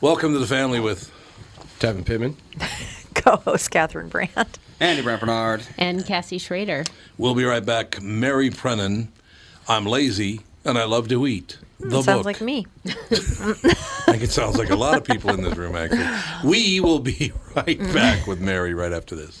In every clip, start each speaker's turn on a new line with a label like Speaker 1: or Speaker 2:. Speaker 1: Welcome to the family with
Speaker 2: Tevin Pittman.
Speaker 3: co-host Catherine Brandt.
Speaker 4: Andy Brant Bernard.
Speaker 5: and Cassie Schrader.
Speaker 1: We'll Be Right Back, Mary Brennan. I'm lazy and I love to eat. The
Speaker 3: Sounds
Speaker 1: book.
Speaker 3: like me.
Speaker 1: I think it sounds like a lot of people in this room, actually. We will be right back with Mary right after this.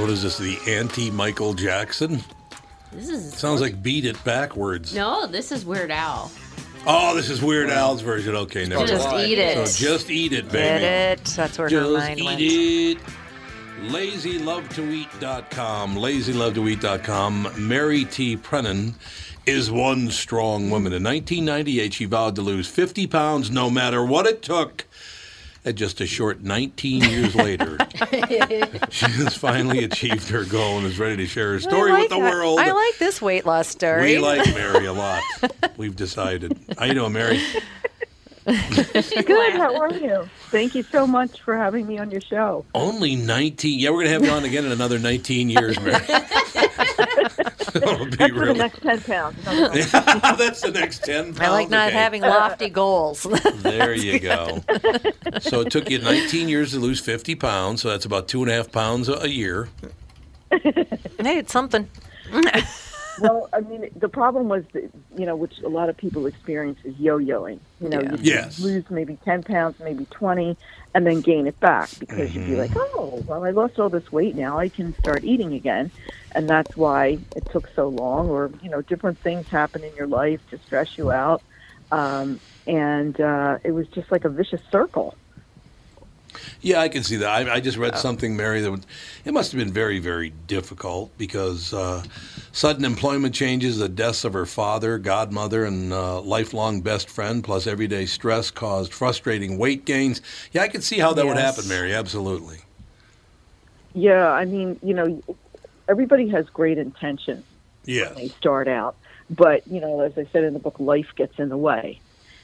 Speaker 1: What is this? The anti Michael Jackson?
Speaker 5: This is
Speaker 1: Sounds like beat it backwards.
Speaker 5: no. This is Weird Al.
Speaker 1: Oh, this is Weird Al's version. Okay, never
Speaker 5: Just
Speaker 1: mind.
Speaker 5: eat it.
Speaker 1: So just eat it,
Speaker 3: Did
Speaker 1: baby.
Speaker 3: it? That's where her
Speaker 1: Just
Speaker 3: mind went.
Speaker 1: eat it. LazyLoveToEat.com. LazyLoveToEat.com. Mary T. Prennan is one strong woman. In 1998, she vowed to lose 50 pounds no matter what it took. And just a short 19 years later, she has finally achieved her goal and is ready to share her story
Speaker 3: I
Speaker 1: with
Speaker 3: like
Speaker 1: the
Speaker 3: that.
Speaker 1: world.
Speaker 3: I like this weight loss story.
Speaker 1: we like Mary a lot. We've decided. How you doing, Mary?
Speaker 6: Good. How are you? Thank you so much for having me on your show.
Speaker 1: Only 19. Yeah, we're going to have you on again in another 19 years, Mary. That'll be
Speaker 6: That's for the
Speaker 1: really-
Speaker 6: next ten pounds. No, no.
Speaker 1: That's the next 10 pounds.
Speaker 3: I like not
Speaker 1: Okay,
Speaker 3: having lofty goals.
Speaker 1: There you go. so it took you 19 years to lose 50 pounds, so that's about two and a half pounds a a year.
Speaker 3: hey, it's something.
Speaker 6: well, I mean, the problem was, that, you know, which a lot of people experience is yo-yoing. You know, you
Speaker 1: Yes.
Speaker 6: lose maybe ten pounds, maybe twenty, and then gain it back because you'd be like, oh, well, I lost all this weight now, I can start eating again, and that's why it took so long. Or you know, different things happen in your life to stress you out, um, and uh, it was just like a vicious circle.
Speaker 1: Yeah, I can see that. I, I just read something, Mary, that would, it must have been very, very difficult because uh, sudden employment changes, the deaths of her father, godmother, and uh, lifelong best friend, plus everyday stress caused frustrating weight gains. Yeah, I can see how that would
Speaker 3: Yes.
Speaker 1: happen, Mary, absolutely.
Speaker 6: Yeah, I mean, you know, everybody has great intentions.
Speaker 1: Yes.
Speaker 6: they start out. But, you know, as I said in the book, life gets in the way.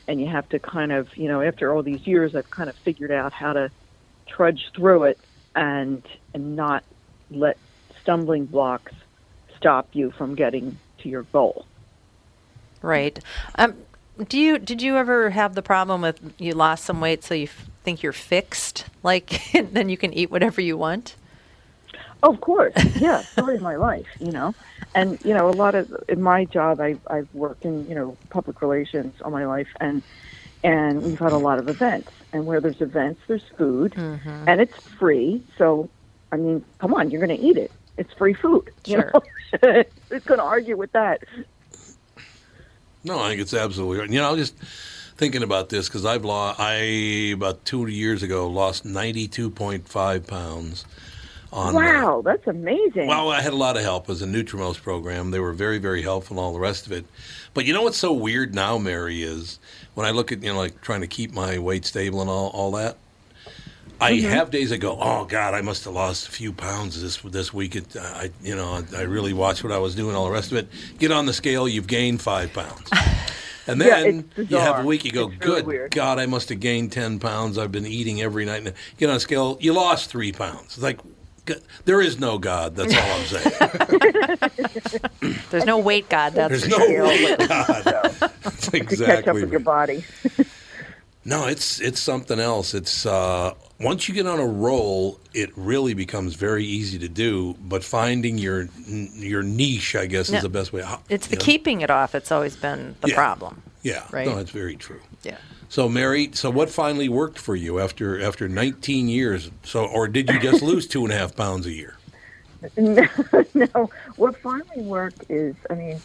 Speaker 6: And you have to kind of, you know, after all these years, I've kind of figured out how to trudge through it and and not let stumbling blocks stop you from getting to your goal.
Speaker 3: Right. Um, do you did you ever have the problem with you lost some weight so you f- think you're fixed, like and then you can eat whatever you want?
Speaker 6: Oh, of course. Yeah, story of my life, you know. And, you know, a lot of in my job I I've worked in, you know, public relations all my life and and we've had a lot of events. And where there's events, there's food and it's free. So, I mean, come on, you're going to eat it. It's free food.
Speaker 3: Sure.
Speaker 6: You know? Who's going to argue with that?
Speaker 7: No, I think it's absolutely right. You know, I was just thinking about this because I've lost, I, about two years ago, lost 92.5 pounds on. uh,
Speaker 6: Wow, that's amazing.
Speaker 7: Well, I had a lot of help as a Nutrimos program. They were very, very helpful and all the rest of it. But you know what's so weird now, Mary, is when I look at, you know, like trying to keep my weight stable and all, all that, I
Speaker 6: Mm-hmm.
Speaker 7: have days I go, oh, God, I must have lost a few pounds this this week. It, I, you know, I really watched what I was doing, all the rest of it. Get on the scale, you've gained five pounds. And
Speaker 6: Yeah,
Speaker 7: then
Speaker 6: it's
Speaker 7: you have a
Speaker 6: bizarre.
Speaker 7: week, you go,
Speaker 6: It's really
Speaker 7: good
Speaker 6: weird."
Speaker 7: God, I must have gained 10 pounds. I've been eating every night. And Get on a scale, you lost three pounds. It's like, g- there is no God. That's all I'm saying.
Speaker 3: There's no weight god. That's
Speaker 7: There's
Speaker 3: for
Speaker 7: no
Speaker 3: sure.
Speaker 7: way, God. That's
Speaker 6: to catch up
Speaker 7: exactly.
Speaker 6: with your body.
Speaker 7: No, it's it's something else. It's uh, once you get on a roll, it really becomes very easy to do. But finding your n- your niche, I guess,
Speaker 3: No.
Speaker 7: is the best way. How-
Speaker 3: It's the
Speaker 7: you know?
Speaker 3: keeping it off. It's always been the
Speaker 7: Yeah.
Speaker 3: problem.
Speaker 7: Yeah,
Speaker 3: right?
Speaker 7: no, that's very true.
Speaker 3: Yeah.
Speaker 7: So, Mary, so what finally worked for you after after 19 years? So, or did you just lose two and a half pounds a year?
Speaker 6: no, no. What finally worked is, I mean,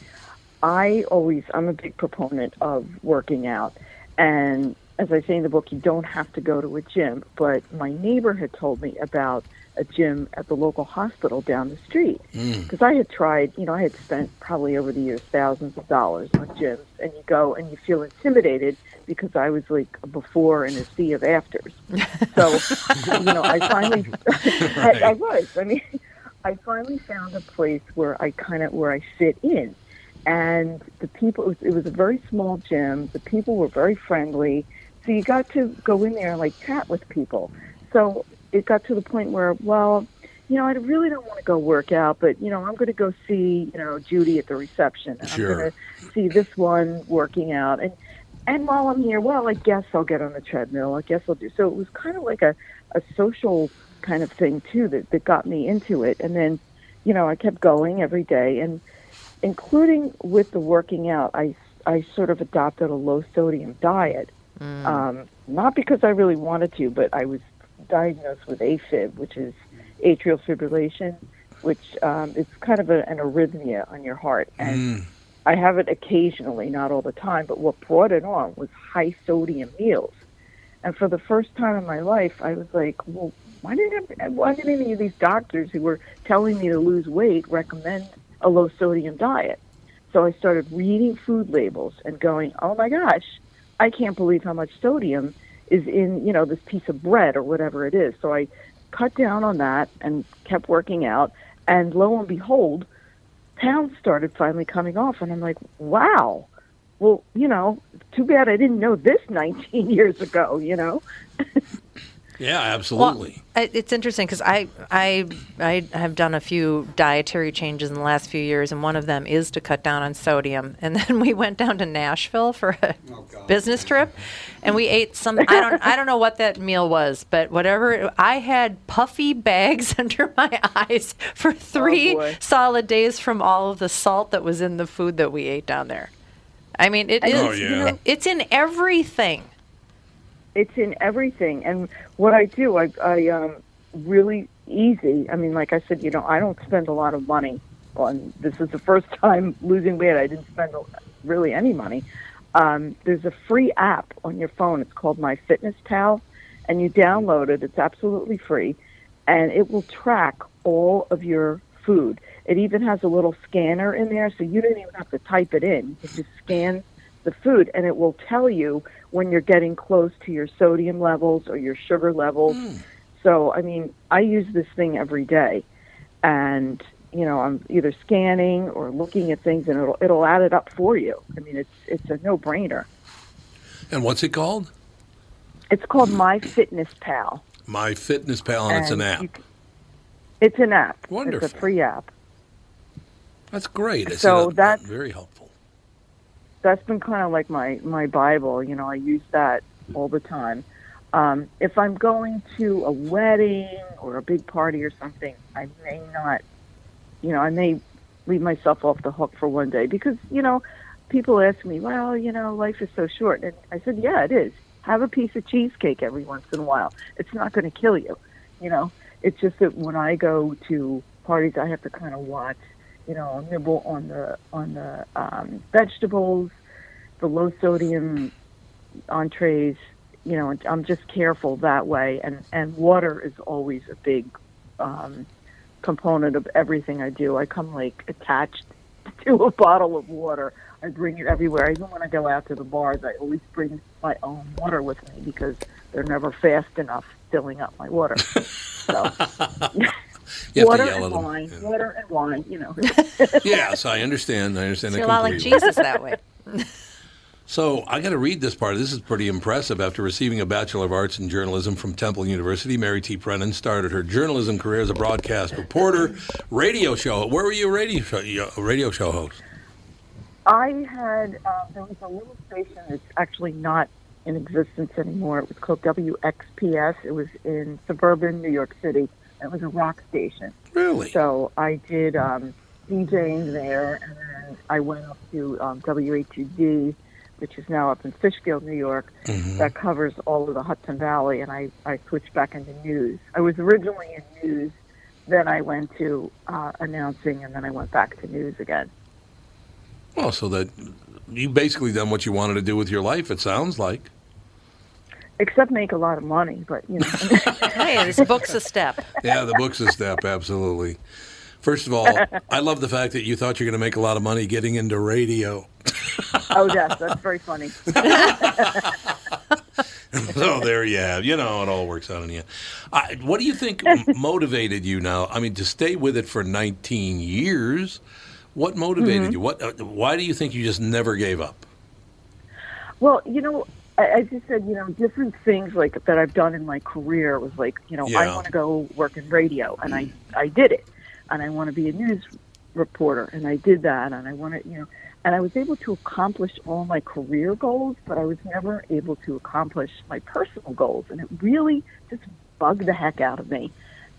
Speaker 6: I always, I'm a big proponent of working out. And as I say in the book, you don't have to go to a gym. But my neighbor had told me about a gym at the local hospital down the street. Because I had tried, you know, I had spent probably over the years thousands of dollars on gyms. And you go and you feel intimidated because I was like a before and a sea of afters. So, you know, I finally, I, I was. I mean, I finally found a place where I kind of where I fit in, and the people. It was, it was a very small gym. The people were very friendly, so you got to go in there and like chat with people. So it got to the point where, well, you know, I really don't want to go work out, but you know, I'm going to go see you know Judy at the reception. and
Speaker 7: Sure.
Speaker 6: I'm going to see this one working out, and and while I'm here, well, I guess I'll get on the treadmill. I guess I'll do. So it was kind of like a, a social kind of thing too that, that got me into it. And then, you know, I kept going every day, and including with the working out, I I sort of adopted a low sodium diet. Um, not because I really wanted to, but I was diagnosed with AFib, which is atrial fibrillation, which um, it's kind of a, an arrhythmia on your heart, and I have it occasionally, not all the time, but what brought it on was high sodium meals. And for the first time in my life, I was like, well, why didn't I, why did any of these doctors who were telling me to lose weight recommend a low sodium diet? So I started reading food labels and going, oh my gosh, I can't believe how much sodium is in, you know, this piece of bread or whatever it is. So I cut down on that and kept working out. And lo and behold, pounds started finally coming off and I'm like, wow. Well, you know, too bad I didn't know this 19 years ago, you know.
Speaker 7: Yeah,
Speaker 3: Well,
Speaker 7: absolutely.
Speaker 3: I- it's interesting because I, I, I have done a few dietary changes in the last few years, and one of them is to cut down on sodium. And then we went down to Nashville for a
Speaker 7: Oh,
Speaker 3: business trip, and we ate some. I don't, I don't know what that meal was, but whatever. it- I had puffy bags under my eyes for three
Speaker 6: boy.
Speaker 3: solid days from all of the salt that was in the food that we ate down there. I mean, it is.
Speaker 7: Oh, yeah.
Speaker 3: It's in everything.
Speaker 6: It's in everything. And what I do, I, I um, really easy. I mean, like I said, you know, I don't spend a lot of money on this is the first time losing weight. I didn't spend a- really any money. Um, there's a free app on your phone. It's called My Fitness Pal, and you download it. It's absolutely free, and it will track all of your food. It even has a little scanner in there, so you don't even have to type it in. You just scan the food, and it will tell you when you're getting close to your sodium levels or your sugar levels.
Speaker 7: Hmm.
Speaker 6: So, I mean, I use this thing every day, and you know, I'm either scanning or looking at things, and it'll it'll add it up for you. I mean, it's it's a no brainer.
Speaker 7: and what's it called?
Speaker 6: It's called MyFitnessPal.
Speaker 7: My Fitness Pal, and Hmm. Oh, it's an
Speaker 6: And you
Speaker 7: app.
Speaker 6: c- It's an app. It's a
Speaker 7: Wonderful.
Speaker 6: free app.
Speaker 7: That's great. It's uh,
Speaker 6: So that's-
Speaker 7: very helpful.
Speaker 6: That's been kind of like my my Bible. You know, I use that all the time. Um, if I'm going to a wedding or a big party or something, I may not, you know, I may leave myself off the hook for one day because, you know, people ask me, well, you know, life is so short. And I said, yeah, it is. Have a piece of cheesecake every once in a while. It's not going to kill you, you know. It's just that when I go to parties, I have to kind of watch, you know, I'll nibble on the on the um, vegetables, the low sodium entrees. You know, and I'm just careful that way. And and water is always a big um, component of everything I do. I come like attached to a bottle of water. I bring it everywhere. Even when I go out to the bars, I always bring my own water with me because they're never fast enough filling up my water. So
Speaker 1: You have
Speaker 6: water
Speaker 1: to yell
Speaker 6: and
Speaker 1: at them.
Speaker 6: wine,
Speaker 1: Yeah.
Speaker 6: water and wine. You know.
Speaker 1: Yes, I understand. I understand.
Speaker 3: You're
Speaker 1: that
Speaker 3: a lot like
Speaker 1: completely.
Speaker 3: Jesus that way.
Speaker 1: So I got to read this part. This is pretty impressive. After receiving a Bachelor of Arts in Journalism from Temple University, Mary T. Brennan started her journalism career as a broadcast reporter, radio show. Where were you a radio show, you- a radio show host?
Speaker 6: I had um, there was a little station that's actually not in existence anymore. It was called WXPS. It was in suburban New York City. It was a rock station.
Speaker 1: Really?
Speaker 6: So I did um, DJing there, and then I went up to um, WHUD, which is now up in Fishkill, New York, that covers all of the Hudson Valley, and I, I switched back into news. I was originally in news, then I went to uh, announcing, and then I went back to news again.
Speaker 1: Well, so that you basically done what you wanted to do with your life. It sounds like.
Speaker 6: Except make a lot of money, but you know.
Speaker 3: Hey, this book's a step.
Speaker 1: Yeah, the book's a step. Absolutely. First of all, I love the fact that you thought you're going to make a lot of money getting into radio.
Speaker 6: oh yes, that's very funny.
Speaker 1: so Oh, there you have. You know, it all works out in the end. I, what do you think m- motivated you now? I mean, to stay with it for 19 years, what motivated you? What? Uh, why do you think you just never gave up?
Speaker 6: Well, you know, I, I just said, you know, different things like that I've done in my career was like, you know,
Speaker 1: Yeah.
Speaker 6: I want to go work in radio, and I I did it, and I want to be a news reporter, and I did that, and I want to, you know, and I was able to accomplish all my career goals, but I was never able to accomplish my personal goals, and it really just bugged the heck out of me,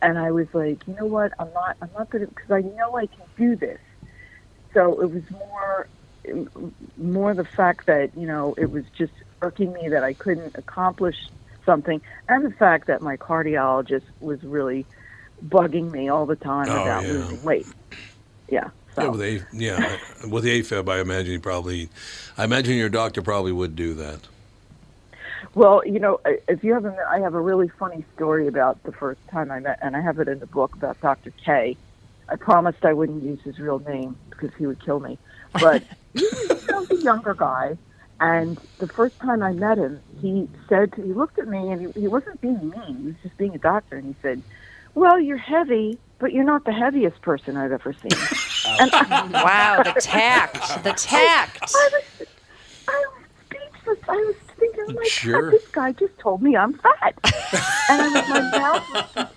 Speaker 6: and I was like, you know what, I'm not I'm not gonna because I know I can do this, so it was more more the fact that you know it was just irking me that I couldn't accomplish something, and the fact that my cardiologist was really bugging me all the time
Speaker 1: Oh,
Speaker 6: about
Speaker 1: yeah.
Speaker 6: losing weight. Yeah. So.
Speaker 1: Yeah, with a yeah, I- with the AFib, I imagine you probably, I imagine your doctor probably would do that.
Speaker 6: Well, you know, I- if you haven't, I have a really funny story about the first time I met, and I have it in the book about Dr. K. I promised I wouldn't use his real name because he would kill me. But he was you know, the younger guy, and the first time I met him, he said, he looked at me, and he, he wasn't being mean. He was just being a doctor, and he said, "Well, you're heavy, but you're not the heaviest person I've ever seen." and I,
Speaker 3: Wow, the tact. The tact.
Speaker 6: I was, I was speechless. I was thinking, oh my
Speaker 1: Sure.
Speaker 6: God, this guy just told me I'm fat, and I was, my mouth was just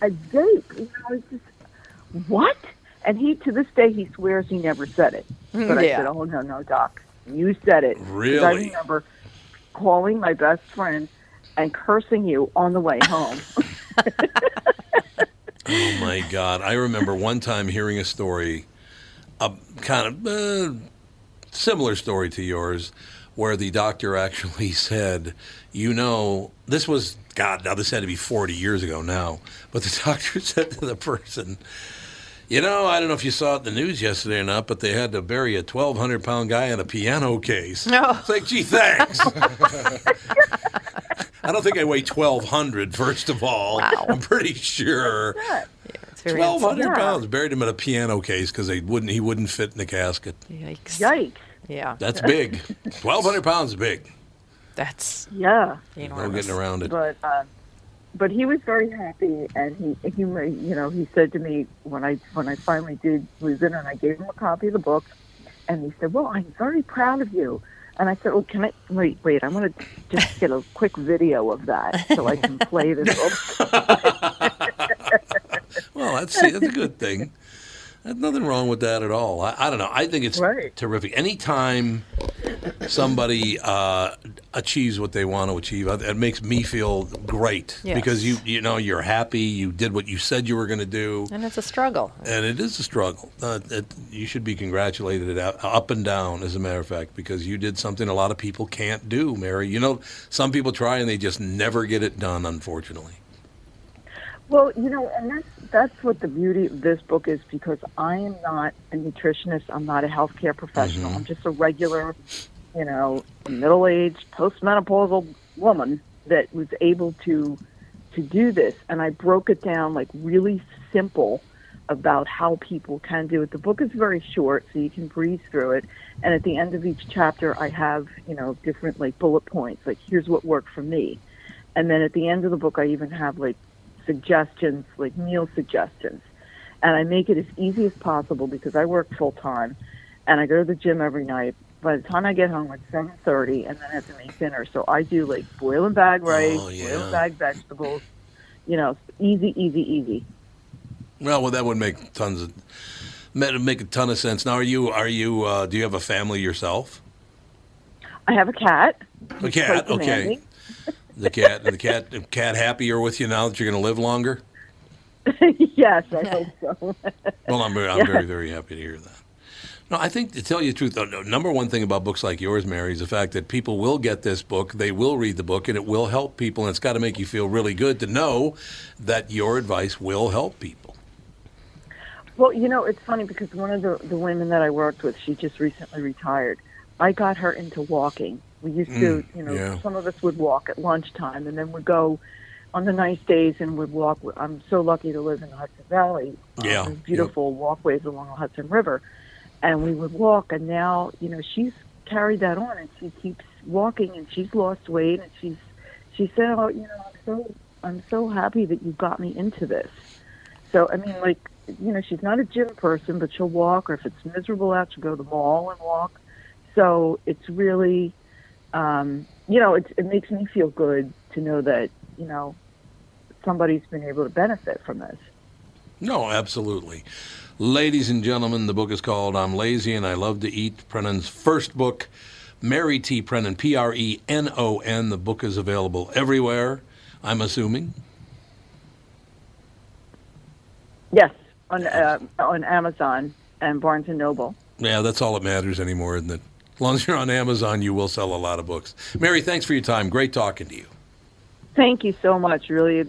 Speaker 6: agape. You know, I was just what? And he, to this day, he swears he never said it. But I
Speaker 3: Yeah.
Speaker 6: said, oh no, no, doc, you said it. 'Cause I
Speaker 1: Really?
Speaker 6: remember calling my best friend and cursing you on the way home.
Speaker 1: Oh my God! I remember one time hearing a story, a kind of uh, similar story to yours, where the doctor actually said, "You know, this was God. Now this had to be forty years ago now, but the doctor said to the person." You know, I don't know if you saw it in the news yesterday or not, but they had to bury a 1,200 pound guy in a piano case.
Speaker 3: No.
Speaker 1: It's like, gee, thanks. I don't think I weigh 1,200, first of all.
Speaker 3: Wow.
Speaker 1: I'm pretty sure.
Speaker 3: It's very
Speaker 1: Twelve
Speaker 3: handsome.
Speaker 1: hundred
Speaker 6: Yeah.
Speaker 1: pounds. Buried him in a piano case because they wouldn't. He wouldn't fit in the casket.
Speaker 3: Yikes.
Speaker 6: Yikes!
Speaker 3: Yeah.
Speaker 1: That's big. Twelve hundred pounds is big.
Speaker 3: That's
Speaker 6: Yeah.
Speaker 1: No
Speaker 3: enormous.
Speaker 1: getting around it.
Speaker 6: but uh, but he was very happy, and he he ma- you know he said to me when I when I finally did lose it, and I gave him a copy of the book, and he said, "Well, I'm very proud of you." And I said, "Well, can I wait? Wait, I want to just get a quick video of that so I can play this." book."
Speaker 1: Well, that's see, that's a good thing. There's nothing wrong with that at all. I, I don't know. I think it's
Speaker 6: Right.
Speaker 1: terrific. Anytime somebody uh, achieves what they want to achieve. Uh, It makes me feel great
Speaker 3: Yes.
Speaker 1: because you you know you're happy. You did what you said you were going to do,
Speaker 3: And it's a struggle.
Speaker 1: and it is a struggle. Uh, it, you should be congratulated out, up and down, as a matter of fact, because you did something a lot of people can't do. Mary, you know, some people try and they just never get it done. Unfortunately.
Speaker 6: Well, you know, and that's that's what the beauty of this book is because I am not a nutritionist. I'm not a healthcare professional. I'm just a regular, you know, middle-aged postmenopausal woman that was able to to do this, and I broke it down like really simple about how people can do it. The book is very short, so you can breeze through it. And at the end of each chapter, I have you know different like bullet points, like here's what worked for me. And then at the end of the book, I even have like suggestions, like meal suggestions. And I make it as easy as possible because I work full time and I go to the gym every night. By the time I get home, it's seven thirty, and then I have to make dinner. So I do like boil and bag rice,
Speaker 1: Oh,
Speaker 6: boil
Speaker 1: yeah.
Speaker 6: and bag vegetables. You know, easy, easy, easy.
Speaker 1: Well, well, that would make tons of that would make a ton of sense. Now, are you are you uh, do you have a family yourself?
Speaker 6: I have a cat.
Speaker 1: A cat,
Speaker 6: quite
Speaker 1: okay.
Speaker 6: demanding.
Speaker 1: The cat, the cat, the cat happier with you now that you're going to live longer.
Speaker 6: yes, I hope so.
Speaker 1: Well, I'm very, I'm very, very happy to hear that. No, I think to tell you the truth, the number one thing about books like yours, Mary, is the fact that people will get this book, they will read the book, and it will help people. And it's got to make you feel really good to know that your advice will help people.
Speaker 6: Well, you know, it's funny because one of the, the women that I worked with, she just recently retired. I got her into walking. We used to, you know,
Speaker 1: Mm, yeah.
Speaker 6: some of us would walk at lunchtime and then we'd go on the nice days and would walk. I'm so lucky to live in the Hudson Valley. um,
Speaker 1: Yeah,
Speaker 6: there's Beautiful walkways along the Hudson River. And we would walk. And now, you know, she's carried that on and she keeps walking and she's lost weight and she's, she said, oh, you know, I'm so, I'm so happy that you got me into this. So I mean, like you know, she's not a gym person, but she'll walk, or if it's miserable out, she'll go to the mall and walk. So it's really, um, you know, it, it makes me feel good to know that you know somebody's been able to benefit from this.
Speaker 1: No, absolutely. Ladies and gentlemen, the book is called I'm Lazy and I Love to Eat, Prennan's first book, Mary T. Prennan, P R E N O N. The book is available everywhere, I'm assuming.
Speaker 6: Yes, on uh, on Amazon and Barnes and Noble.
Speaker 1: Yeah, that's all that matters anymore, isn't it? As long as you're on Amazon, you will sell a lot of books. Mary, thanks for your time. Great talking to you.
Speaker 6: Thank you so much. Really,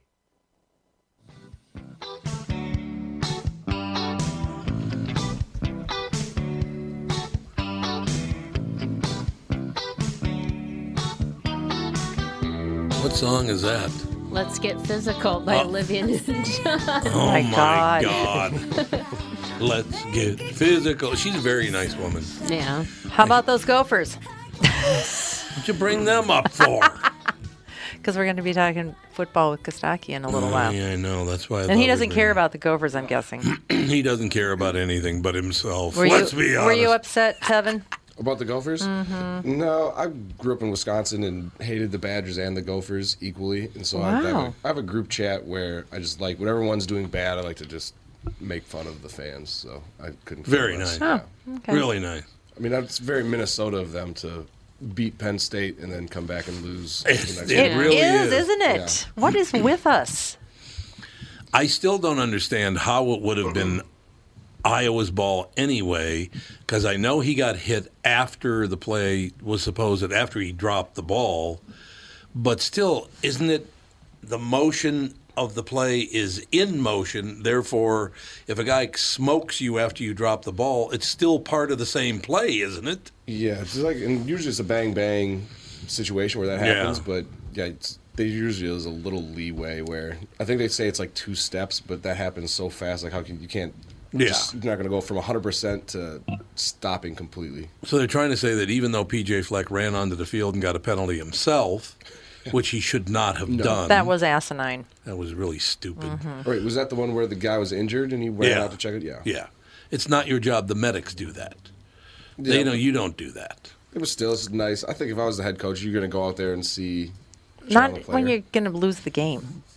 Speaker 1: What song is that?
Speaker 5: Let's Get Physical by
Speaker 1: Oh.
Speaker 5: Olivia Newton-John.
Speaker 1: Oh
Speaker 3: my God.
Speaker 1: God. Let's get physical. She's a very nice woman.
Speaker 5: yeah.
Speaker 3: How about those gophers?
Speaker 1: What'd you bring them up for?
Speaker 3: Because we're going to be talking football with Kostaki in a little
Speaker 1: Oh,
Speaker 3: while.
Speaker 1: Yeah, I know. That's why. I
Speaker 3: And he
Speaker 1: thought we
Speaker 3: doesn't
Speaker 1: were-
Speaker 3: care about the gophers, I'm guessing.
Speaker 1: He doesn't care about anything but himself.
Speaker 3: Were
Speaker 1: Let's
Speaker 3: you,
Speaker 1: be honest.
Speaker 3: Were you upset, Tevin?
Speaker 8: About the Gophers? Mm-hmm. No, I grew up in Wisconsin and hated the Badgers and the Gophers equally. And so I, I, have
Speaker 3: Wow.
Speaker 8: a, I have a group chat where I just like whatever one's doing bad, I like to just make fun of the fans. So I couldn't. care
Speaker 1: Very
Speaker 8: less.
Speaker 1: nice.
Speaker 8: Yeah.
Speaker 3: Okay.
Speaker 1: Really nice.
Speaker 8: I mean, that's very Minnesota of them to beat Penn State and then come back and lose. the
Speaker 1: It's- it
Speaker 8: next week.
Speaker 5: Yeah.
Speaker 1: really
Speaker 3: is,
Speaker 1: is.
Speaker 3: isn't it? What is with us?
Speaker 1: I still don't understand how it would have been Iowa's ball anyway, because I know he got hit after the play was supposed after he dropped the ball, but still, isn't it the motion of the play is in motion? Therefore, if a guy smokes you after you drop the ball, it's still part of the same play, isn't it?
Speaker 8: Yeah, it's just like and usually it's a bang bang situation where that
Speaker 1: Yeah.
Speaker 8: happens, but yeah, it's, they usually there's a little leeway where I think they say it's like two steps, but that happens so fast, like how can you can't.
Speaker 1: Yeah.
Speaker 8: just- you're not going to go from 100% to stopping completely.
Speaker 1: So they're trying to say that even though PJ Fleck ran onto the field and got a penalty himself, which he should not have done,
Speaker 3: That was asinine.
Speaker 1: that was really stupid.
Speaker 3: Mm-hmm.
Speaker 8: All right, was that the one where the guy was injured and he ran
Speaker 1: Yeah.
Speaker 8: out to check it? Yeah.
Speaker 1: Yeah. It's not your job. The medics do that. They
Speaker 8: Yeah.
Speaker 1: know you don't do that.
Speaker 8: It was still it's nice. I think if I was the head coach, you're going to go out there and see. Charlotte
Speaker 3: Not
Speaker 8: player.
Speaker 3: when you're going to lose the game.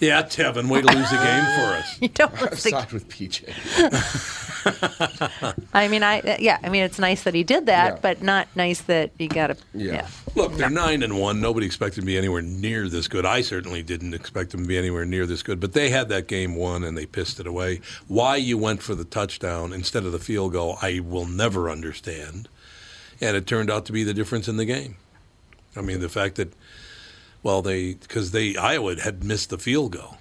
Speaker 1: Yeah, Tevin, way to lose the game for us.
Speaker 3: You don't lose the game.
Speaker 8: Side with PJ.
Speaker 3: I mean, I yeah. I mean, it's nice that he did that,
Speaker 8: Yeah.
Speaker 3: but not nice that he got a
Speaker 8: Yeah.
Speaker 1: Look, they're nine and one. Nobody expected them to be anywhere near this good. I certainly didn't expect them to be anywhere near this good. But they had that game won and they pissed it away. Why you went for the touchdown instead of the field goal, I will never understand. And it turned out to be the difference in the game. I mean, the fact that, well, they because they Iowa had missed the field goal.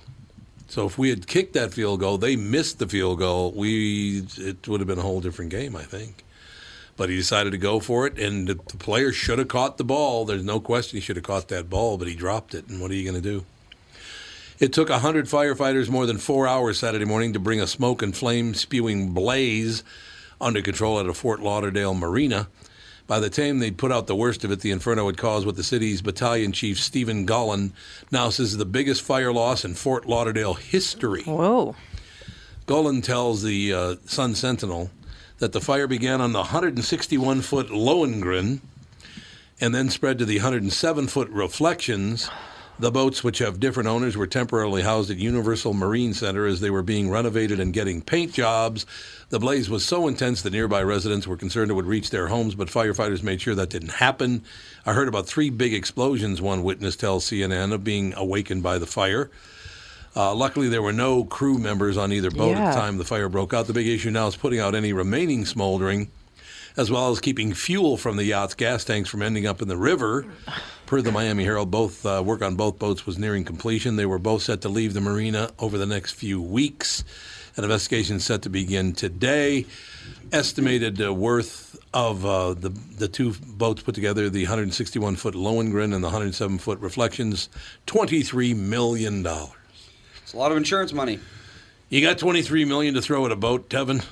Speaker 1: So if we had kicked that field goal, they missed the field goal. We it would have been a whole different game, I think but he decided to go for it, and the, the player should have caught the ball. There's no question he should have caught that ball, but he dropped it. And what are you going to do? It took 100 firefighters more than four hours Saturday morning to bring a smoke and flame spewing blaze under control at a Fort Lauderdale marina. By the time they'd put out the worst of it, the inferno had caused what the city's battalion chief, Stephen Gollan, now says is the biggest fire loss in Fort Lauderdale history.
Speaker 3: Whoa.
Speaker 1: Golan tells the uh, Sun Sentinel that the fire began on the 161 foot Lohengrin and then spread to the 107 foot Reflections. The boats, which have different owners, were temporarily housed at Universal Marine Center as they were being renovated and getting paint jobs. The blaze was so intense that nearby residents were concerned it would reach their homes, but firefighters made sure that didn't happen. I heard about three big explosions, one witness tells CNN, of being awakened by the fire. Uh, luckily, there were no crew members on either boat at
Speaker 3: Yeah.
Speaker 1: the time the fire broke out. The big issue now is putting out any remaining smoldering, as well as keeping fuel from the yacht's gas tanks from ending up in the river. Per the Miami Herald, both uh, work on both boats was nearing completion. They were both set to leave the marina over the next few weeks. An investigation is set to begin today. Estimated uh, worth of uh, the the two boats put together, the 161 foot Lohengrin and the 107 foot Reflections, 23 million dollars.
Speaker 9: It's a lot of insurance money.
Speaker 1: You got 23 million to throw at a boat, Tevin?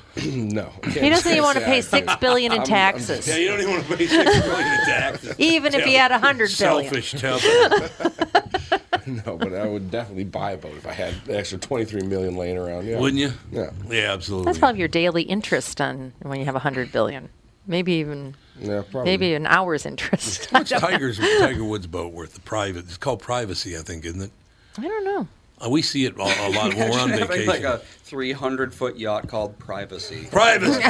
Speaker 8: No.
Speaker 3: He doesn't even want to
Speaker 8: Yeah,
Speaker 3: pay
Speaker 8: I
Speaker 3: six billion in taxes,
Speaker 1: you don't even want to pay 6 million in taxes.
Speaker 3: even if he had a hundred billion.
Speaker 1: Selfish Tevin.
Speaker 8: No, but I would definitely buy a boat if I had an extra 23 million laying around. Yeah.
Speaker 1: Wouldn't you?
Speaker 8: Yeah.
Speaker 1: Yeah, absolutely.
Speaker 3: That's probably your daily interest on when you have a hundred billion, maybe even
Speaker 8: Yeah, probably.
Speaker 3: maybe an hour's interest.
Speaker 1: What's Tiger's Tiger Woods' boat worth? The private. It's called privacy, I think, isn't it?
Speaker 3: I don't know.
Speaker 1: Uh, we see it a, a lot when we're on
Speaker 9: Having
Speaker 1: vacation.
Speaker 9: like a 300 foot yacht called Privacy.
Speaker 1: privacy.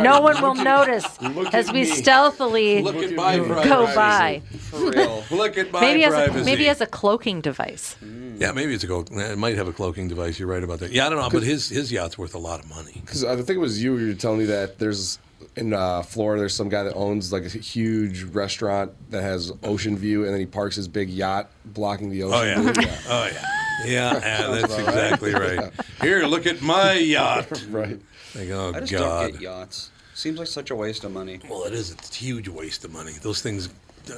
Speaker 3: No one will notice as we stealthily
Speaker 1: Look at my privacy.
Speaker 3: go by.
Speaker 9: For real.
Speaker 1: Look at my
Speaker 3: Maybe as
Speaker 1: privacy.
Speaker 3: a, maybe as a cloaking device.
Speaker 1: yeah, maybe it's a cloak. It might have a cloaking device. You're right about that. Yeah, I don't know, but his his yacht's worth a lot of money.
Speaker 8: Because I think it uh, was you who were telling me that there's in uh, Florida, there's some guy that owns like a huge restaurant that has ocean view, and then he parks his big yacht blocking the ocean.
Speaker 1: Oh yeah.
Speaker 8: view.
Speaker 1: Oh yeah. Yeah, yeah, that's exactly right. Here, look at my yacht.
Speaker 8: right.
Speaker 1: Like, oh
Speaker 9: I just
Speaker 1: God.
Speaker 9: don't get yachts. Seems like such a waste of money.
Speaker 1: Well, it is. It's a huge waste of money. Those things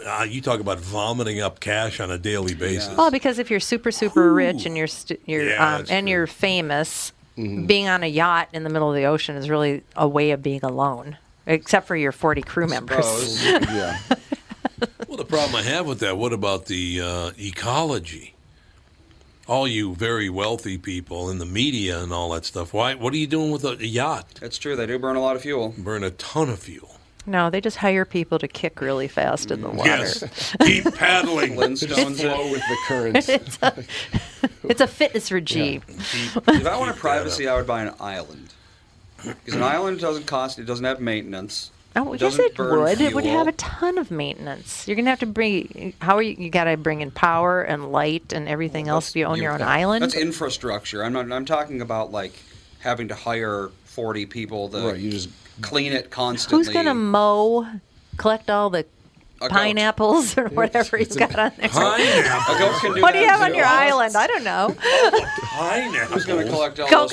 Speaker 1: uh, you talk about vomiting up cash on a daily basis.
Speaker 3: Well, because if you're super super rich and you're st- you're
Speaker 1: Yeah,
Speaker 3: um,
Speaker 1: that's Mm-hmm.
Speaker 3: and you're famous, being on a yacht in the middle of the ocean is really a way of being alone, except for your 40 crew members.
Speaker 9: Suppose.
Speaker 8: yeah.
Speaker 1: Well, the problem I have with that, what about the uh, ecology? All you very wealthy people in the media and all that stuff. Why? What are you doing with a yacht?
Speaker 9: That's true. They do burn a lot of fuel.
Speaker 1: Burn a ton of fuel.
Speaker 3: No, they just hire people to kick really fast in the
Speaker 9: Mm.
Speaker 3: water.
Speaker 1: Yes. Keep paddling.
Speaker 9: Flintstones.
Speaker 8: Flow
Speaker 9: it.
Speaker 8: with the currents.
Speaker 3: It's a, it's a fitness regime.
Speaker 9: If I wanted privacy, I would buy an island. Because an island doesn't cost. It doesn't have maintenance.
Speaker 3: Oh, yes,
Speaker 9: doesn't
Speaker 3: it
Speaker 9: burn
Speaker 3: would. It would
Speaker 9: fuel.
Speaker 3: have a ton of maintenance. You're gonna have to bring. How are you? You gotta bring in power and light and everything else. If you own your own island,
Speaker 9: That's infrastructure. I'm not. I'm talking about like having to hire 40 people to
Speaker 8: Right, you just-
Speaker 9: clean it constantly.
Speaker 3: who's gonna mow, collect all the
Speaker 9: A goat.
Speaker 3: pineapples or whatever he's got on there?
Speaker 9: A
Speaker 1: Pineapple.
Speaker 9: goat can do
Speaker 3: What do you
Speaker 9: that
Speaker 3: have on
Speaker 9: too.
Speaker 3: your island? I don't know.
Speaker 1: Pineapple.
Speaker 9: Who's going to collect all
Speaker 3: Coconuts.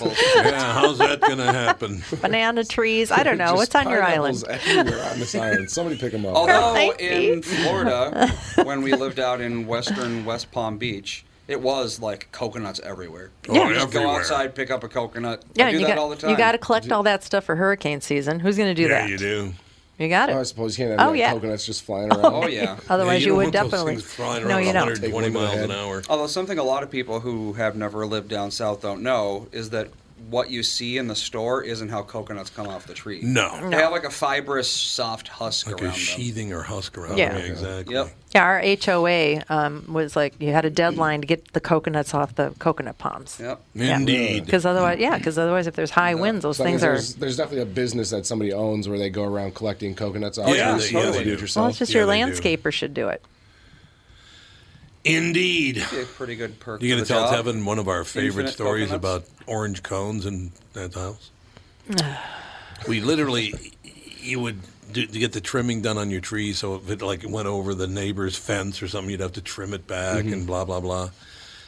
Speaker 9: those pineapples?
Speaker 1: Yeah, how's that going to happen?
Speaker 3: Banana trees. I don't know.
Speaker 8: Just
Speaker 3: What's on your
Speaker 8: pineapples
Speaker 3: island? Oh,
Speaker 8: Everywhere on this island. Somebody pick them up.
Speaker 9: Although
Speaker 3: Thank you.
Speaker 9: in Florida, when we lived out in western West Palm Beach, it was like coconuts everywhere.
Speaker 1: Oh,
Speaker 3: Yeah.
Speaker 9: Just go
Speaker 1: everywhere.
Speaker 9: outside, pick up a coconut. I
Speaker 3: Yeah,
Speaker 9: do
Speaker 3: and you
Speaker 9: that
Speaker 3: got
Speaker 9: all the time.
Speaker 3: you got to collect all that stuff for hurricane season. Who's gonna do
Speaker 1: Yeah,
Speaker 3: that?
Speaker 1: you do.
Speaker 3: You got
Speaker 8: Oh, I
Speaker 3: it.
Speaker 8: suppose you can't
Speaker 3: Oh,
Speaker 8: have any
Speaker 3: yeah.
Speaker 8: coconuts just flying around.
Speaker 9: Oh yeah.
Speaker 3: Otherwise,
Speaker 1: Yeah,
Speaker 3: you,
Speaker 1: don't
Speaker 3: would
Speaker 1: want those
Speaker 3: definitely.
Speaker 1: things flying
Speaker 3: No,
Speaker 1: around
Speaker 3: you don't.
Speaker 1: 120
Speaker 8: Take one to
Speaker 1: miles
Speaker 8: the
Speaker 1: an
Speaker 8: head.
Speaker 1: hour.
Speaker 9: Although something a lot of people who have never lived down south don't know is that what you see in the store isn't how coconuts come off the tree.
Speaker 1: No.
Speaker 9: They have like a fibrous, soft husk
Speaker 1: Like a
Speaker 9: around
Speaker 1: sheathing or husk around
Speaker 3: Yeah.
Speaker 1: yeah. exactly.
Speaker 9: them. Yep.
Speaker 3: Yeah, our HOA um, was like you had a deadline to get the coconuts off the coconut palms.
Speaker 9: Yep.
Speaker 1: Indeed.
Speaker 3: Because otherwise, yeah, because otherwise, if there's high winds, those
Speaker 8: So I mean,
Speaker 3: things are.
Speaker 8: there's, there's definitely a business that somebody owns where they go around collecting coconuts off
Speaker 1: Yeah,
Speaker 8: trees.
Speaker 1: they- yeah, they
Speaker 8: do it
Speaker 1: do.
Speaker 3: Well,
Speaker 8: yourself.
Speaker 3: it's just
Speaker 1: Yeah,
Speaker 3: your
Speaker 1: they do.
Speaker 3: landscaper should do it.
Speaker 1: Indeed.
Speaker 9: Be a pretty good perk.
Speaker 1: You
Speaker 9: for
Speaker 1: going to
Speaker 9: the
Speaker 1: tell
Speaker 9: job.
Speaker 1: Tevin one of our favorite
Speaker 9: Infinite
Speaker 1: stories
Speaker 9: coconuts?
Speaker 1: about orange cones in that house? we literally, you would do, to get the trimming done on your tree, so if it like went over the neighbor's fence or something, you'd have to trim it back and blah blah blah.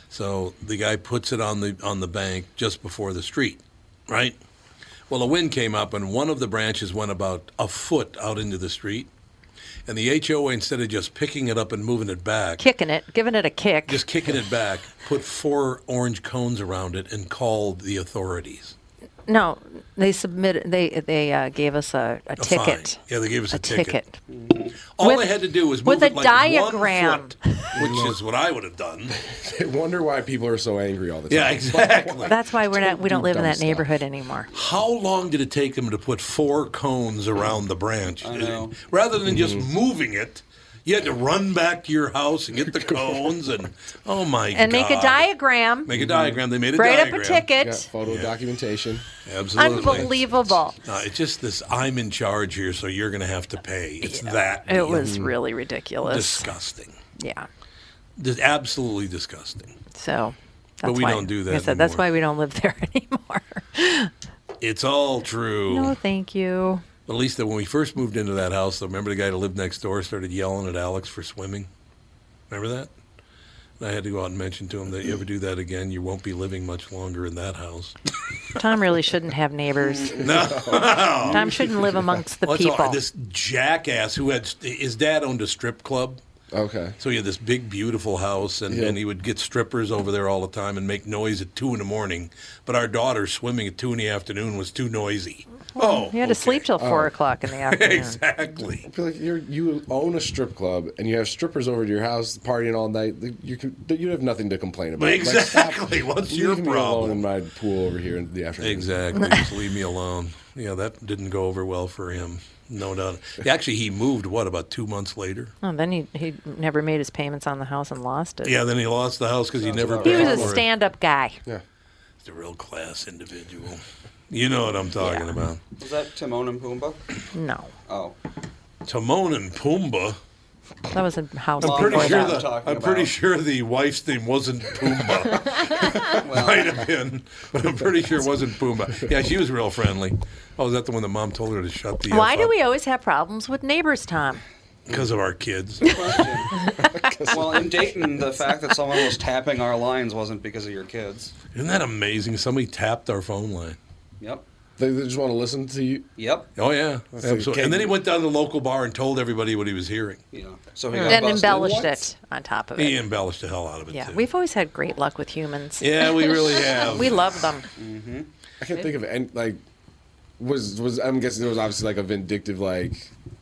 Speaker 1: So the guy puts it on the on the bank just before the street, right? Well, a wind came up and one of the branches went about a foot out into the street, and the HOA instead of just picking it up and moving it back,
Speaker 3: Kicking it, giving it a kick.
Speaker 1: just kicking it back, put four orange cones around it, and called the authorities.
Speaker 3: no, they submitted. They they uh, gave us a, a,
Speaker 1: A
Speaker 3: ticket.
Speaker 1: fine. Yeah, they gave us a,
Speaker 3: A ticket.
Speaker 1: All
Speaker 3: With-
Speaker 1: I had to do was
Speaker 3: with
Speaker 1: move it
Speaker 3: a
Speaker 1: like
Speaker 3: diagram.
Speaker 1: one foot, which is what I would have done.
Speaker 8: I wonder why people are so angry all the time.
Speaker 1: Yeah, exactly.
Speaker 3: That's why we're not. We don't
Speaker 8: do
Speaker 3: live in
Speaker 8: dumb
Speaker 3: that
Speaker 8: stuff.
Speaker 3: neighborhood anymore.
Speaker 1: How long did it take them to put four cones around the branch?
Speaker 9: I know. Mm-hmm.
Speaker 1: Rather than just moving it, you had to run back to your house and get the cones and oh my god.
Speaker 3: And make a diagram.
Speaker 1: Make a diagram. They made a
Speaker 3: write up
Speaker 1: diagram.
Speaker 3: a
Speaker 8: Yeah,
Speaker 3: ticket.
Speaker 8: photo documentation.
Speaker 1: Absolutely.
Speaker 3: Unbelievable.
Speaker 1: No, it's just this. I'm in charge here, so you're going to have to pay. It's that.
Speaker 3: It was really ridiculous.
Speaker 1: disgusting.
Speaker 3: Yeah.
Speaker 1: Just absolutely disgusting.
Speaker 3: So.
Speaker 1: But
Speaker 3: That's
Speaker 1: we
Speaker 3: why,
Speaker 1: don't do that
Speaker 3: like I said, that's
Speaker 1: anymore.
Speaker 3: why we don't live there anymore.
Speaker 1: It's all true.
Speaker 3: no, thank you.
Speaker 1: But at least that when we first moved into that house, I remember the guy that lived next door started yelling at Alex for swimming. Remember that? And I had to go out and mention to him that you ever do that again, you won't be living much longer in that house.
Speaker 3: Tom really shouldn't have neighbors.
Speaker 1: No.
Speaker 3: Tom shouldn't live amongst the
Speaker 1: Well, that's all-
Speaker 3: people.
Speaker 1: This jackass who had his dad owned a strip club.
Speaker 8: Okay.
Speaker 1: So he had this big, beautiful house, and,
Speaker 8: Yeah.
Speaker 1: and he would get strippers over there all the time and make noise at two in the morning. But our daughter swimming at two in the afternoon was too noisy. oh,
Speaker 3: you had to sleep till four o'clock in the afternoon.
Speaker 1: exactly.
Speaker 8: I feel like you're, you own a strip club and you have strippers over to your house partying all night. Like, You could, you have nothing to complain about. Like, stop
Speaker 1: Exactly. What's your
Speaker 8: leaving me alone in
Speaker 1: problem?
Speaker 8: my pool over here in the afternoon.
Speaker 1: Exactly. Just leave me alone. Yeah, that didn't go over well for him. No doubt. Actually, he moved what about two months later.
Speaker 3: Oh, then he he never made his payments on the house and lost it.
Speaker 1: Yeah, then he lost the house because he never.
Speaker 3: He was
Speaker 1: paid
Speaker 3: a
Speaker 1: for it.
Speaker 3: stand-up guy.
Speaker 8: Yeah.
Speaker 1: He's a real class individual. You know what I'm talking about.
Speaker 9: Was that Timon and Pumbaa?
Speaker 3: No,
Speaker 9: Oh,
Speaker 1: Timon and Pumbaa.
Speaker 3: that was a house.
Speaker 9: I'm
Speaker 3: before
Speaker 1: pretty
Speaker 9: Well,
Speaker 1: sure
Speaker 9: that's
Speaker 3: that.
Speaker 9: what
Speaker 1: the,
Speaker 9: I'm talking
Speaker 1: I'm pretty
Speaker 9: about.
Speaker 1: sure the wife's name wasn't Pumbaa. Might
Speaker 9: well,
Speaker 1: have been, but I'm pretty sure it wasn't Pumbaa. Yeah, she was real friendly. Oh, is that the one that mom told her to shut the?
Speaker 3: Why do we always have problems with neighbors, Tom?
Speaker 1: Because of our kids.
Speaker 9: well, in Dayton, the fact that someone was tapping our lines wasn't because of your kids.
Speaker 1: Isn't that amazing? Somebody tapped our phone line.
Speaker 9: Yep.
Speaker 8: They, they just want to listen to you.
Speaker 9: Yep.
Speaker 1: Oh yeah,
Speaker 8: That's
Speaker 1: absolutely.
Speaker 8: okay.
Speaker 1: And then he went down to the local bar and told everybody what he was hearing.
Speaker 9: Yeah. So he got
Speaker 3: Then
Speaker 9: busted.
Speaker 3: embellished it on top of it.
Speaker 1: He embellished the hell out of it.
Speaker 3: Yeah,
Speaker 1: too.
Speaker 3: we've always had great luck with humans.
Speaker 1: yeah, we really have.
Speaker 3: We love them.
Speaker 8: I can't think of any like. Was was I'm guessing there was obviously like a vindictive like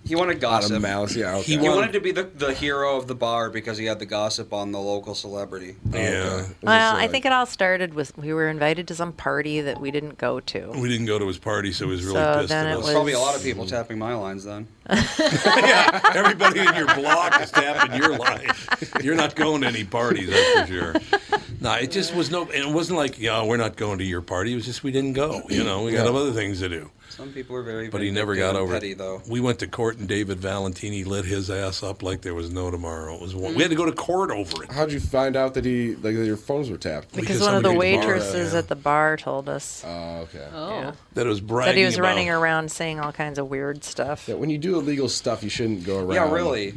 Speaker 9: He wanted
Speaker 8: out of
Speaker 9: gossip.
Speaker 8: malice. Yeah, okay.
Speaker 1: He
Speaker 9: He
Speaker 1: wanted-
Speaker 9: wanted to be the, the hero of the bar because he had the gossip on the local celebrity.
Speaker 1: yeah,
Speaker 3: Well,
Speaker 1: uh,
Speaker 3: I think it all started with we were invited to some party that we didn't go to.
Speaker 1: we didn't go to his party, so he was really
Speaker 3: So
Speaker 1: pissed
Speaker 3: then
Speaker 1: at
Speaker 3: it
Speaker 1: us.
Speaker 3: was-
Speaker 9: Probably a lot of people tapping my lines then.
Speaker 1: yeah, everybody in your block is tapping your line. You're not going to any parties, that's for sure. No, it just was no. It wasn't like yeah, we're not going to your party. It was just we didn't go. You know, we got other things to do.
Speaker 9: Some people are very.
Speaker 1: But he never
Speaker 9: vindictive
Speaker 1: got
Speaker 9: and
Speaker 1: over
Speaker 9: petty,
Speaker 1: it.
Speaker 9: though.
Speaker 1: We went to court, and David Valentini lit his ass up like there was no tomorrow. It was one. We had to go to court over it.
Speaker 8: How'd you find out that he like that your phones were tapped?
Speaker 3: Because
Speaker 1: Because
Speaker 3: one of the
Speaker 1: somebody at the bar,
Speaker 3: waitresses
Speaker 1: yeah. Uh,
Speaker 3: at the bar told us
Speaker 8: Oh, okay.
Speaker 5: Oh,
Speaker 1: That it was bragging.
Speaker 3: that he was
Speaker 1: about-
Speaker 3: running around saying all kinds of weird stuff.
Speaker 8: Yeah, when you do illegal stuff, you shouldn't go around.
Speaker 9: Yeah, really.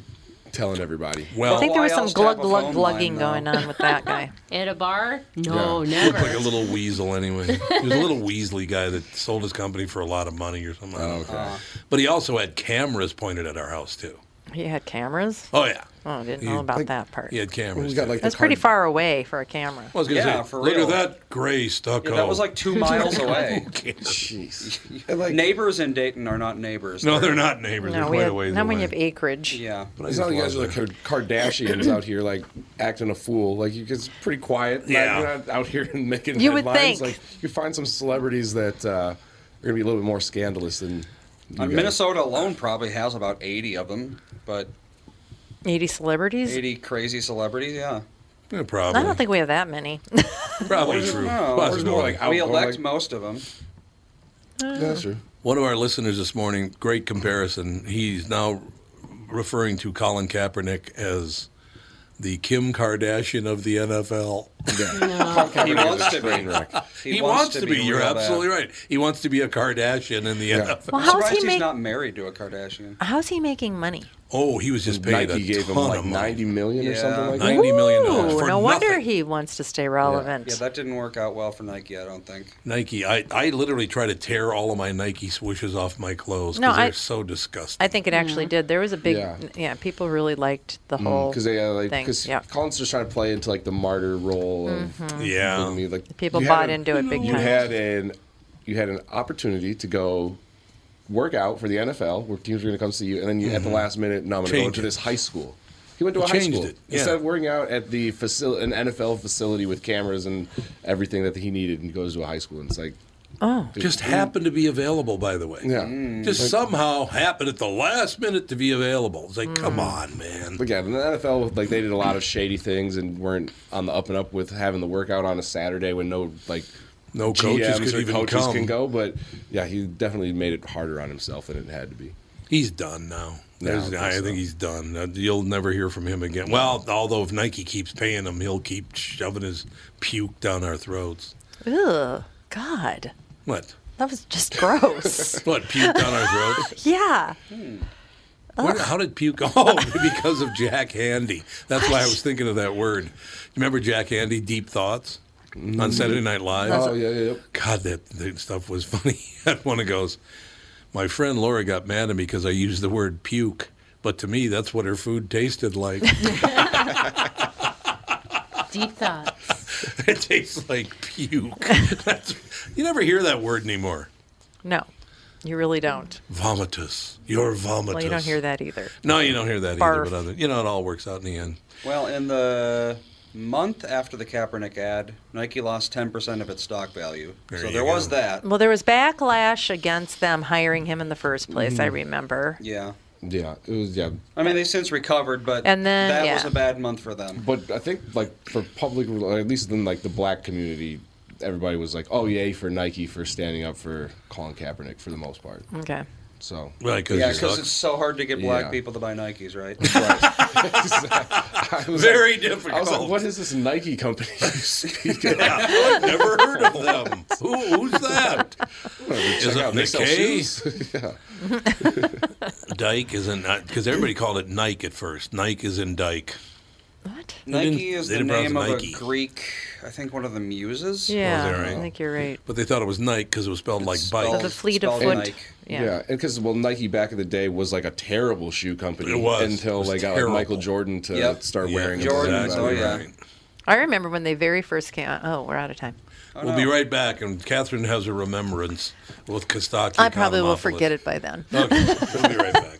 Speaker 8: Telling everybody.
Speaker 3: I
Speaker 1: Well,
Speaker 3: think there was
Speaker 9: Why
Speaker 3: some
Speaker 9: else tap
Speaker 3: glug
Speaker 9: a
Speaker 3: glug
Speaker 9: phone
Speaker 3: glugging
Speaker 9: line, though?
Speaker 3: going on with that guy.
Speaker 5: at a bar? No,
Speaker 8: Yeah.
Speaker 5: never.
Speaker 1: like a little weasel anyway. He was a little weaselly guy that sold his company for a lot of money or something. I
Speaker 8: Oh,
Speaker 1: don't know. But he also had cameras pointed at our house too.
Speaker 3: He had cameras.
Speaker 1: Oh yeah,
Speaker 3: Oh, I didn't
Speaker 1: He-
Speaker 3: know about
Speaker 8: like-
Speaker 3: that part.
Speaker 1: he had cameras.
Speaker 8: He's got,
Speaker 1: too.
Speaker 8: like,
Speaker 3: That's
Speaker 8: the
Speaker 3: pretty
Speaker 8: card-
Speaker 3: far away for a camera.
Speaker 1: I was gonna
Speaker 9: Yeah,
Speaker 1: say,
Speaker 9: for
Speaker 1: look
Speaker 9: real.
Speaker 1: at that gray stucco.
Speaker 9: Yeah, that was like two miles away.
Speaker 8: Jeez. And, like,
Speaker 9: Neighbors in Dayton are not neighbors.
Speaker 1: no, they're not neighbors.
Speaker 3: No,
Speaker 1: they're
Speaker 3: we
Speaker 1: quite
Speaker 3: had,
Speaker 1: a ways
Speaker 3: not when
Speaker 1: away.
Speaker 3: you have acreage.
Speaker 9: Yeah.
Speaker 1: But I
Speaker 8: It's
Speaker 1: just
Speaker 8: not like you
Speaker 1: love
Speaker 8: guys are like
Speaker 1: that.
Speaker 8: Kardashians out here, like acting a fool. Like you guys pretty quiet. Not-
Speaker 1: Yeah.
Speaker 8: you're not out here and making
Speaker 3: You would
Speaker 8: headlines.
Speaker 3: think.
Speaker 8: Like you find some celebrities that uh, are gonna be a little bit more scandalous than. you
Speaker 9: Uh,
Speaker 8: guys.
Speaker 9: Minnesota alone probably has about 80 of them, but
Speaker 3: 80 celebrities?
Speaker 9: 80 crazy celebrities, yeah.
Speaker 1: Yeah, probably.
Speaker 3: I don't think we have that many.
Speaker 1: probably true.
Speaker 9: No,
Speaker 1: Possibly.
Speaker 8: There's more like
Speaker 9: we
Speaker 8: outgoing,
Speaker 9: elect
Speaker 8: like-
Speaker 9: most of them.
Speaker 8: Yeah, that's true.
Speaker 1: One of our listeners this morning, great comparison. He's now referring to Colin Kaepernick as the Kim Kardashian of the NFL.
Speaker 9: He wants to
Speaker 8: Train
Speaker 9: be.
Speaker 8: wreck.
Speaker 1: He, wants, to be. You're absolutely right. He wants to be a Kardashian in the NFL.
Speaker 3: Well,
Speaker 9: I'm
Speaker 3: how's
Speaker 9: surprised
Speaker 3: he
Speaker 9: he's
Speaker 3: make,
Speaker 9: not married to a Kardashian.
Speaker 3: How's he making money?
Speaker 1: Oh, he was just paid
Speaker 8: Nike
Speaker 1: a
Speaker 8: gave
Speaker 1: ton
Speaker 8: him like
Speaker 1: of money.
Speaker 8: ninety million or
Speaker 9: Yeah.
Speaker 8: something like that.
Speaker 1: Ninety million dollars
Speaker 3: Ooh,
Speaker 1: for
Speaker 3: no wonder
Speaker 1: nothing.
Speaker 3: he wants to stay relevant.
Speaker 9: Yeah, that didn't work out well for Nike, I don't think.
Speaker 1: Nike. I, I literally try to tear all of my Nike swooshes off my clothes
Speaker 3: No,
Speaker 1: because
Speaker 3: I-
Speaker 1: they're so disgusting.
Speaker 3: I think it actually did. There was a big, yeah.
Speaker 8: Yeah.
Speaker 3: people really liked the whole
Speaker 8: Because they uh, like
Speaker 3: thing.
Speaker 8: because
Speaker 3: Yeah. Mm-hmm.
Speaker 8: Colin's just trying to play into like the martyr role of I
Speaker 1: yeah.
Speaker 8: mean, like,
Speaker 3: People
Speaker 8: you had
Speaker 3: bought
Speaker 8: a-
Speaker 3: into it big
Speaker 8: You
Speaker 3: time.
Speaker 8: had an you had an opportunity to go work out for the NFL, where teams were going to come see you, and then you at the last minute, no, I'm going to go
Speaker 1: Mm-hmm. Changed
Speaker 8: to
Speaker 1: it.
Speaker 8: this high school. He went to
Speaker 1: He
Speaker 8: a high
Speaker 1: changed
Speaker 8: school
Speaker 1: it, yeah.
Speaker 8: instead of working out at the facility, an NFL facility with cameras and everything that he needed, and he goes to a high school, and it's like,
Speaker 3: oh,
Speaker 1: Just happened to be available, by the way.
Speaker 8: yeah,
Speaker 9: Mm.
Speaker 1: Just somehow happened at the last minute to be available. It's like, come on, man.
Speaker 8: But yeah, in the NFL, like they did a lot of shady things and weren't on the up and up with having the workout on a Saturday when no like
Speaker 1: No coaches
Speaker 8: GMs
Speaker 1: could
Speaker 8: or
Speaker 1: even
Speaker 8: coaches
Speaker 1: come.
Speaker 8: can go. But yeah, he definitely made it harder on himself than it had to be.
Speaker 1: He's done now.
Speaker 8: No, I
Speaker 1: There's-
Speaker 8: don't
Speaker 1: I,
Speaker 8: think so.
Speaker 1: think he's done. Uh, You'll never hear from him again. Well, although if Nike keeps paying him, he'll keep shoving his puke down our throats.
Speaker 3: ugh, God,
Speaker 1: What?
Speaker 3: that was just gross.
Speaker 1: What? Puke down our throats?
Speaker 3: yeah,
Speaker 1: Where, how did puke? Oh, because of Jack Handy. That's why I was thinking of that word. Remember Jack Handy, Deep Thoughts on Saturday Night Live?
Speaker 8: Oh yeah, yeah, yeah.
Speaker 1: God, that, that stuff was funny. And one of goes, my friend Laura got mad at me because I used the word puke, but to me, that's what her food tasted like.
Speaker 5: Deep thoughts.
Speaker 1: it tastes like puke. That's, you never hear that word anymore.
Speaker 3: no, you really don't.
Speaker 1: Vomitus. You're vomitus.
Speaker 3: Well, you don't hear that either.
Speaker 1: No, you don't hear that either.
Speaker 3: Barf.
Speaker 1: But other, you know, it all works out in the end.
Speaker 9: Well, in the month after the Kaepernick ad, Nike lost 10% of its stock value.
Speaker 1: There
Speaker 9: so
Speaker 1: you
Speaker 9: there was
Speaker 1: go.
Speaker 9: that.
Speaker 3: Well, there was backlash against them hiring him in the first place. I remember.
Speaker 9: Yeah.
Speaker 8: Yeah, it was yeah.
Speaker 9: I mean, they since recovered, but
Speaker 3: And then,
Speaker 9: that
Speaker 3: yeah.
Speaker 9: was a bad month for them.
Speaker 8: But I think like for public, or at least in like the black community, everybody was like, "Oh yay for Nike for standing up for Colin Kaepernick" for the most part.
Speaker 3: Okay.
Speaker 8: So
Speaker 1: Right, because
Speaker 9: Yeah, because it's so hard to get black
Speaker 8: Yeah.
Speaker 9: people to buy Nikes, right?
Speaker 8: I was
Speaker 1: very
Speaker 8: like-
Speaker 1: difficult.
Speaker 8: I was like, "What is this Nike company?" you speak of?"
Speaker 1: I've never heard of them. Who, who's that? Is
Speaker 8: Check out,
Speaker 1: it
Speaker 8: they
Speaker 1: Nick
Speaker 8: sell
Speaker 1: Kay?
Speaker 8: shoes. yeah.
Speaker 7: uh,
Speaker 1: Dyke is in because everybody called it Nike at first. Nike is in Dyke.
Speaker 3: What?
Speaker 6: Nike is
Speaker 7: They
Speaker 6: the
Speaker 7: didn't pronounce
Speaker 6: name of
Speaker 7: Nike.
Speaker 6: a Greek, I think one of the muses.
Speaker 3: Yeah,
Speaker 7: that right?
Speaker 3: I think you're right.
Speaker 7: But they thought it was Nike because it was spelled like bike.
Speaker 3: Of the fleet of
Speaker 6: spelled
Speaker 3: foot.
Speaker 6: Nike.
Speaker 3: Yeah.
Speaker 8: because well, Nike back in the day was like a terrible shoe company.
Speaker 7: It was.
Speaker 8: until
Speaker 7: It was
Speaker 8: they got
Speaker 7: terrible.
Speaker 8: like Michael Jordan to
Speaker 6: Yep.
Speaker 8: start
Speaker 7: Yeah,
Speaker 8: wearing them.
Speaker 6: Jordan,
Speaker 8: Exactly.
Speaker 6: oh, yeah.
Speaker 3: I remember when they very first came. out. Oh, we're out of time.
Speaker 7: We'll be right back, and Catherine has a remembrance with Kostaki.
Speaker 3: I probably will forget it by then.
Speaker 7: Okay, we'll be right back.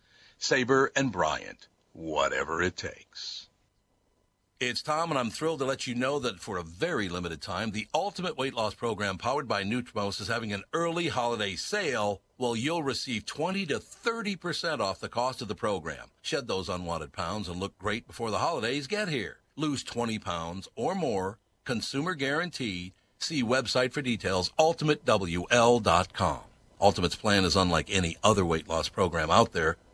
Speaker 1: Saber and Bryant, whatever it takes. It's Tom, and I'm thrilled to let you know that for a very limited time, the Ultimate Weight Loss Program powered by Nutrimos is having an early holiday sale. Well, you'll receive 20 to 30% off the cost of the program. Shed those unwanted pounds and look great before the holidays get here. Lose 20 pounds or more. Consumer guarantee. See website for details, ultimatewl.com. Ultimate's plan is unlike any other weight loss program out there,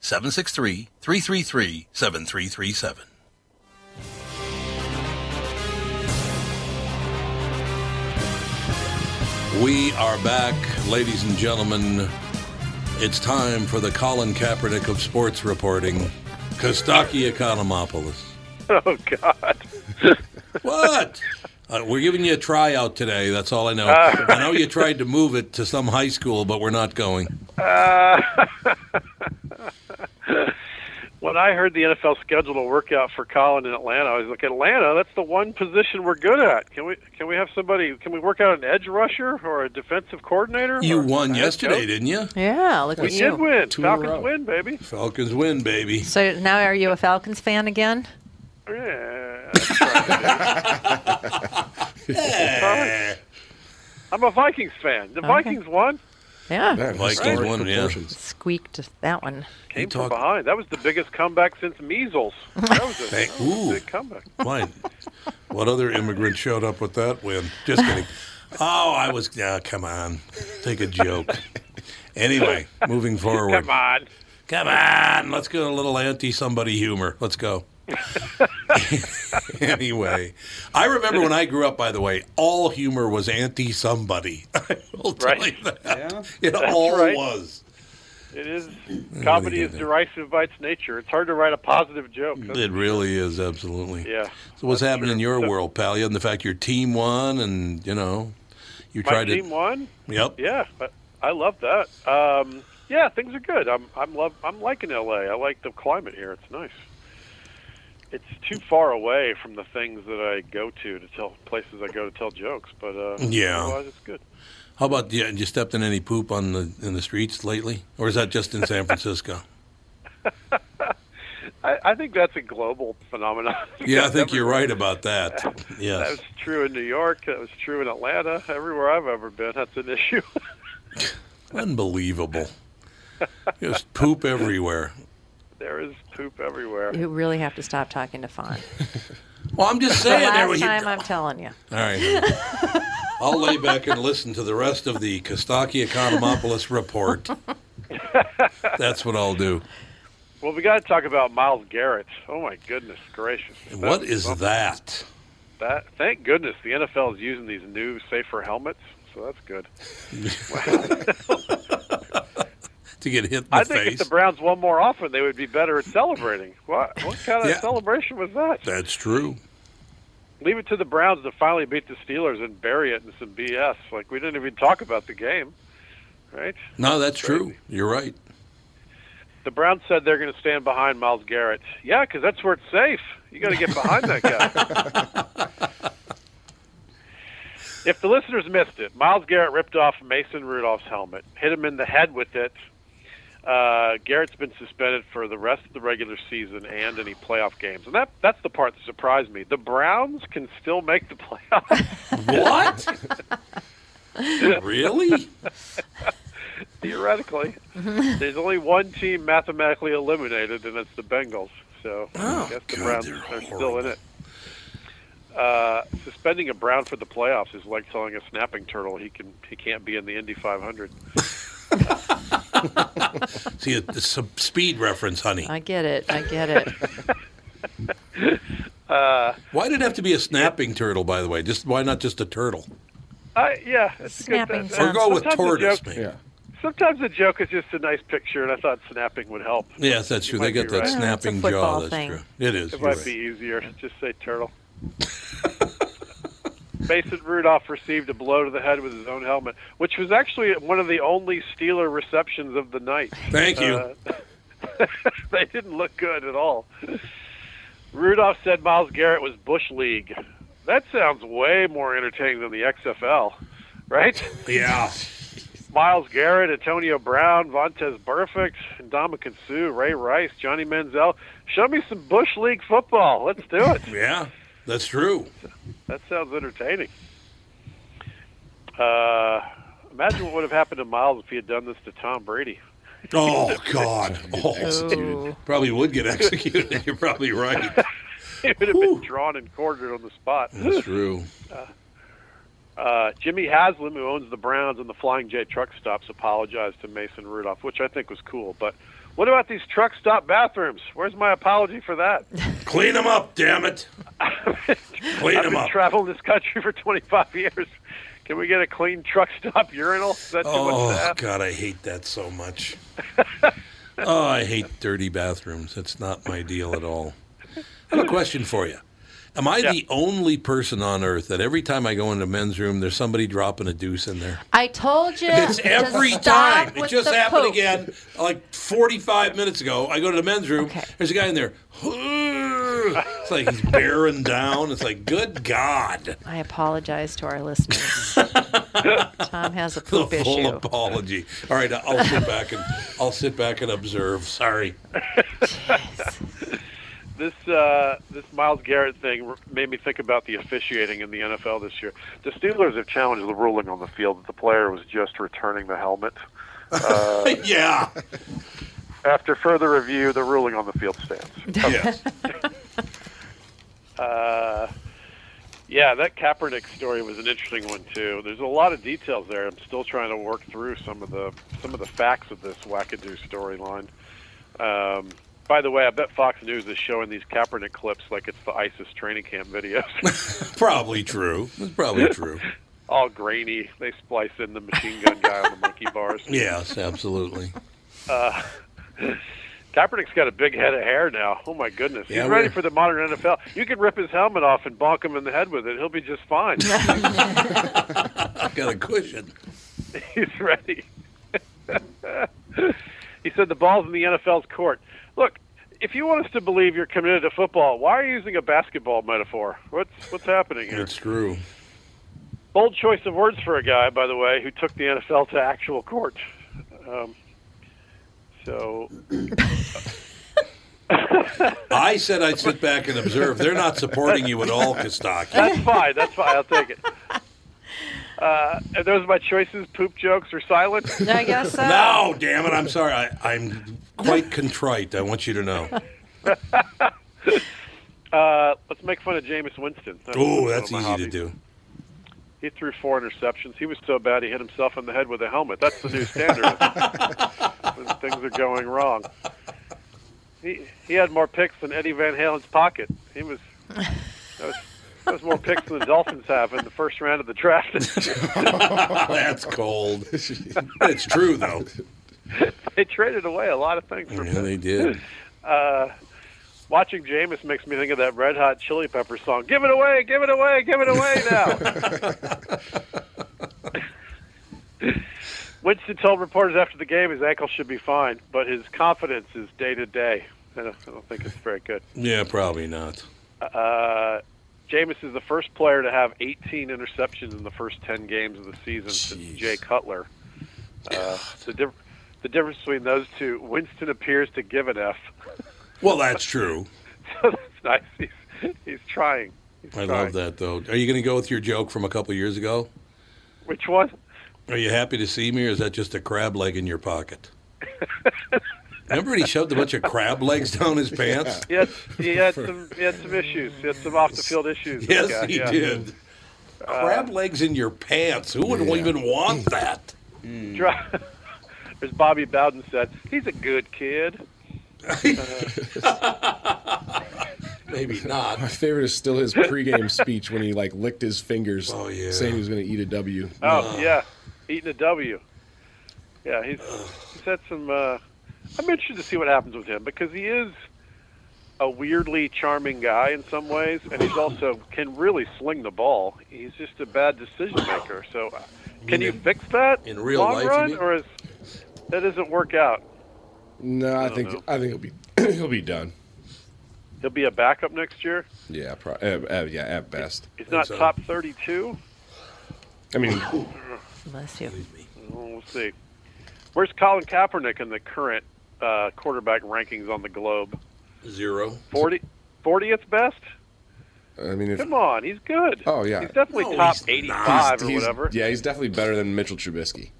Speaker 1: 763 333 7337.
Speaker 7: We are back, ladies and gentlemen. It's time for the Colin Kaepernick of sports reporting, Kostaki Economopoulos.
Speaker 2: Oh God.
Speaker 7: What? Uh, we're giving you a tryout today. That's all I know. I know you tried to move it to some high school, but we're not going.
Speaker 2: When I heard the NFL scheduled a workout for Colin in Atlanta, I was like, Atlanta, that's the one position we're good at. Can we can we have somebody? Can we work out an edge rusher or a defensive coordinator?
Speaker 7: You
Speaker 2: or a
Speaker 7: won
Speaker 2: head
Speaker 7: yesterday,
Speaker 2: coach?
Speaker 7: didn't you?
Speaker 3: Yeah, look
Speaker 2: We
Speaker 3: at
Speaker 2: did
Speaker 3: you.
Speaker 2: win.
Speaker 8: Two in a row.
Speaker 2: Falcons win, baby.
Speaker 7: Falcons win, baby.
Speaker 3: So now are you a Falcons fan again?
Speaker 2: Yeah. that's right. Sorry. I'm a Vikings fan. The Vikings won.
Speaker 3: Yeah,
Speaker 8: Man,
Speaker 7: Vikings
Speaker 8: historic
Speaker 7: won, yeah.
Speaker 8: proportions.
Speaker 3: squeaked that one.
Speaker 7: You
Speaker 2: Came from
Speaker 7: talk-
Speaker 2: behind. That was the biggest comeback since measles. That was a,
Speaker 7: Hey,
Speaker 2: that was a
Speaker 7: ooh.
Speaker 2: big comeback.
Speaker 7: Why? What other immigrant showed up with that win? Just kidding. Oh, I was. Yeah, come on. Take a joke. Anyway, moving forward.
Speaker 2: Come on.
Speaker 7: Come on, let's go a little anti somebody humor. Let's go. anyway, I remember when I grew up. By the way, all humor was anti somebody. I will tell
Speaker 2: Right.
Speaker 7: you that
Speaker 6: Yeah.
Speaker 7: it all
Speaker 2: right.
Speaker 7: was.
Speaker 2: It is comedy
Speaker 7: did
Speaker 2: is
Speaker 7: that.
Speaker 2: derisive by its nature. It's hard to write a positive joke.
Speaker 7: It really is absolutely.
Speaker 2: Yeah.
Speaker 7: So what's happening in your
Speaker 2: So-
Speaker 7: world, pal? And the fact your team won, and you know, you
Speaker 2: My
Speaker 7: tried
Speaker 2: team
Speaker 7: to.
Speaker 2: won.
Speaker 7: Yep.
Speaker 2: Yeah, I- I love that. Um, yeah, things are good. I'm I'm love I'm liking LA. I like the climate here. It's nice. It's too far away from the things that I go to to tell places I go to tell jokes, but uh,
Speaker 7: Yeah.
Speaker 2: otherwise it's good.
Speaker 7: How about you? You stepped in any poop on the in the streets lately, or is that just in San Francisco?
Speaker 2: I, I think that's a global phenomenon.
Speaker 7: yeah, I think you're right about that. Yes.
Speaker 2: That's true in New York. That was true in Atlanta. Everywhere I've ever been, that's an issue.
Speaker 7: Unbelievable. Just poop everywhere.
Speaker 2: there is poop everywhere.
Speaker 3: You really have to stop talking to Fawn.
Speaker 7: Well, I'm just saying. there
Speaker 3: Last
Speaker 7: we-
Speaker 3: time, I'm telling you.
Speaker 7: All right. I'll lay back and listen to the rest of the Kostaki Economopoulos report. That's what I'll do.
Speaker 2: Well, we got to talk about Miles Garrett. Oh my goodness gracious!
Speaker 7: What is
Speaker 2: something.
Speaker 7: that?
Speaker 2: That thank goodness the NFL is using these new safer helmets, so that's good.
Speaker 7: To get hit in the
Speaker 2: I think
Speaker 7: face?
Speaker 2: if the Browns won more often, they would be better at celebrating. What what kind of
Speaker 7: Yeah.
Speaker 2: celebration was that?
Speaker 7: That's true.
Speaker 2: Leave it to the Browns to finally beat the Steelers and bury it in some BS. Like we didn't even talk about the game, right?
Speaker 7: No, that's true. You're right. The Browns said they're going to stand behind Miles Garrett. Yeah, because that's where it's safe. You got to get behind that guy. if the listeners missed it, Miles Garrett ripped off Mason Rudolph's helmet, hit him in the head with it. Uh, Garrett's been suspended for the rest of the regular season and any playoff games, and that that's the part that surprised me. The Browns can still make the playoffs.
Speaker 1: what? really?
Speaker 7: Theoretically, there's only one team mathematically eliminated, and it's the Bengals. So
Speaker 1: Oh,
Speaker 7: I guess the Browns are still in it. Uh, suspending a Brown for the playoffs is like telling a snapping turtle he can he can't be in the Indy 500.
Speaker 1: See, it's a speed reference, honey.
Speaker 3: I get it. I get it.
Speaker 7: Uh,
Speaker 1: Why did it have to be a snapping turtle, by the way? Just why not just a turtle?
Speaker 7: I, Uh, yeah, it's
Speaker 1: Snapping
Speaker 7: good.
Speaker 1: sounds. Or go with
Speaker 7: sometimes the
Speaker 1: tortoise,
Speaker 7: joke-
Speaker 1: maybe. Yeah.
Speaker 7: Sometimes the joke is just a nice picture, and I thought snapping would help.
Speaker 1: Yes, that's true.
Speaker 7: You
Speaker 1: They
Speaker 7: might
Speaker 1: got
Speaker 7: be
Speaker 1: that
Speaker 7: right.
Speaker 1: snapping jaw. That's true. It is.
Speaker 7: It
Speaker 1: you're
Speaker 7: might
Speaker 1: right.
Speaker 7: be easier. Just say turtle. Mason Rudolph received a blow to the head with his own helmet, which was actually one of the only Steeler receptions of the night.
Speaker 1: Thank you.
Speaker 7: Uh, they didn't look good at all. Rudolph said Miles Garrett was Bush League. That sounds way more entertaining than the XFL, right?
Speaker 1: Yeah.
Speaker 7: Miles Garrett, Antonio Brown, Vontez Burfict, Dominican Sue, Ray Rice, Johnny Manziel. Show me some Bush League football. Let's do it.
Speaker 1: Yeah, that's true.
Speaker 7: That sounds entertaining. Uh, imagine what would have happened to Miles if he had done this to Tom Brady.
Speaker 1: Oh God! Oh, probably would get executed. You're probably right.
Speaker 7: he would have been drawn and quartered on the spot.
Speaker 1: That's true.
Speaker 7: Uh, Jimmy Haslam, who owns the Browns and the Flying J truck stops, apologized to Mason Rudolph, which I think was cool. But what about these truck stop bathrooms? Where's my apology for that?
Speaker 1: Clean them up, damn it! Clean
Speaker 7: I've
Speaker 1: them
Speaker 7: been
Speaker 1: up.
Speaker 7: traveling this country for 25 years. Can we get a clean truck stop urinal? Is that too much to
Speaker 1: Oh
Speaker 7: ask?
Speaker 1: God, I hate that so much. oh, I hate dirty bathrooms. That's not my deal at all. I have a question for you. Am I the only person on earth that every time I go into a men's room, there's somebody dropping a deuce in there?
Speaker 5: I told you.
Speaker 1: It's
Speaker 5: to
Speaker 1: every
Speaker 5: stop
Speaker 1: time. It
Speaker 5: with
Speaker 1: just
Speaker 5: the
Speaker 1: happened
Speaker 5: poop.
Speaker 1: again like 45 minutes ago. I go to the men's room. There's a guy in there. It's like he's bearing down. It's like, good God.
Speaker 3: I apologize to our listeners. Tom has a
Speaker 1: The
Speaker 3: poop
Speaker 1: full
Speaker 3: issue.
Speaker 1: apology. All right, I'll sit back and I'll sit back and observe. Sorry.
Speaker 7: This uh, this Miles Garrett thing made me think about the officiating in the NFL this year. The Steelers have challenged the ruling on the field that the player was just returning the helmet. Uh,
Speaker 1: yeah.
Speaker 7: After further review, the ruling on the field stands.
Speaker 1: Yes.
Speaker 7: Uh, yeah, that Kaepernick story was an interesting one too. There's a lot of details there. I'm still trying to work through some of the some of the facts of this wackadoo storyline. Um, by the way, I bet Fox News is showing these Kaepernick clips like it's the ISIS training camp videos.
Speaker 1: Probably true. It's probably true.
Speaker 7: All grainy. They splice in the machine gun guy on the monkey bars.
Speaker 1: Yes, absolutely.
Speaker 7: Uh, Kaepernick's got a big head of hair now. Oh my goodness,
Speaker 1: Yeah,
Speaker 7: he's ready
Speaker 1: we're-
Speaker 7: for the modern NFL. You can rip his helmet off and bonk him in the head with it; he'll be just fine.
Speaker 1: Got a cushion.
Speaker 7: He's ready. he said the ball's in the NFL's court. Look, if you want us to believe you're committed to football, why are you using a basketball metaphor? What's what's happening here?
Speaker 1: It's true.
Speaker 7: Bold choice of words for a guy, by the way, who took the NFL to actual court. Um, so
Speaker 1: I said I'd sit back and observe. They're not supporting you at all, Kostaki.
Speaker 7: That's fine. That's fine. I'll take it. Uh, are those my choices? Poop jokes or silence?
Speaker 3: I guess so.
Speaker 1: No, damn it. I'm sorry. I, I'm quite contrite. I want you to know.
Speaker 7: Uh, let's make fun of Jameis Winston. That was one
Speaker 1: Oh,
Speaker 7: of
Speaker 1: that's
Speaker 7: my
Speaker 1: easy to do.
Speaker 7: hobbies. He threw four interceptions. He was so bad he hit himself in the head with a helmet. That's the new standard when things are going wrong. He he had more picks than Eddie Van Halen's pocket. He was that was, that was more picks than the Dolphins have in the first round of the draft.
Speaker 1: that's cold. It's true, though.
Speaker 7: they traded away a lot of things from
Speaker 1: Yeah, they did.
Speaker 7: uh, watching Jameis makes me think of that Red Hot Chili Pepper song. Give it away, give it away, give it away now. Winston told reporters after the game his ankle should be fine, but his confidence is day to day. I don't I don't think it's very good.
Speaker 1: Yeah, probably not.
Speaker 7: Uh, Jameis is the first player to have 18 interceptions in the first 10 games of the season since Jay Cutler. Uh, the, diff- the difference between those two, Winston appears to give an F.
Speaker 1: Well, that's true.
Speaker 7: so that's nice. He's, he's trying. He's
Speaker 1: I
Speaker 7: trying.
Speaker 1: love that though. Are you going to go with your joke from a couple years ago?
Speaker 7: Which one?
Speaker 1: Are you happy to see me, or is that just a crab leg in your pocket? Remember, when he shoved a bunch of crab legs down his pants.
Speaker 7: He had, he had some he had some issues. He had some off the field issues.
Speaker 1: Yes,
Speaker 7: this guy,
Speaker 1: he
Speaker 7: yeah. Uh,
Speaker 1: did. crab legs in your pants. Who would even want that?
Speaker 7: Dri- As Bobby Bowden said, he's a good kid. Uh,
Speaker 1: Maybe not.
Speaker 8: My favorite is still his pregame speech when he like licked his fingers, saying he was going to eat a W.
Speaker 7: oh yeah, eating a W. Yeah, he's he's had some. Uh, I'm interested to see what happens with him because he is a weirdly charming guy in some ways, and he's also can really sling the ball. He's just a bad decision maker. So, uh, can you fix that
Speaker 8: in real
Speaker 7: long
Speaker 8: life, you
Speaker 7: run,
Speaker 8: mean?
Speaker 7: or is that doesn't work out?
Speaker 8: No, I, think
Speaker 7: know.
Speaker 8: I think he'll be he'll be done.
Speaker 7: He'll be a backup next year.
Speaker 8: Yeah, pro- uh, uh, yeah, at best.
Speaker 7: He's not top 32.
Speaker 8: I mean,
Speaker 3: Bless you.
Speaker 7: We'll see. Where's Colin Kaepernick in the current uh, quarterback rankings on the globe?
Speaker 1: Zero.
Speaker 7: 40, 40th best?
Speaker 8: I mean, if,
Speaker 7: Come on, he's good.
Speaker 8: Oh, yeah.
Speaker 7: He's definitely
Speaker 8: No,
Speaker 7: top
Speaker 8: he's not.
Speaker 7: 85
Speaker 8: He's-
Speaker 7: or
Speaker 8: he's-
Speaker 7: whatever.
Speaker 8: Yeah, he's definitely better than Mitchell Trubisky.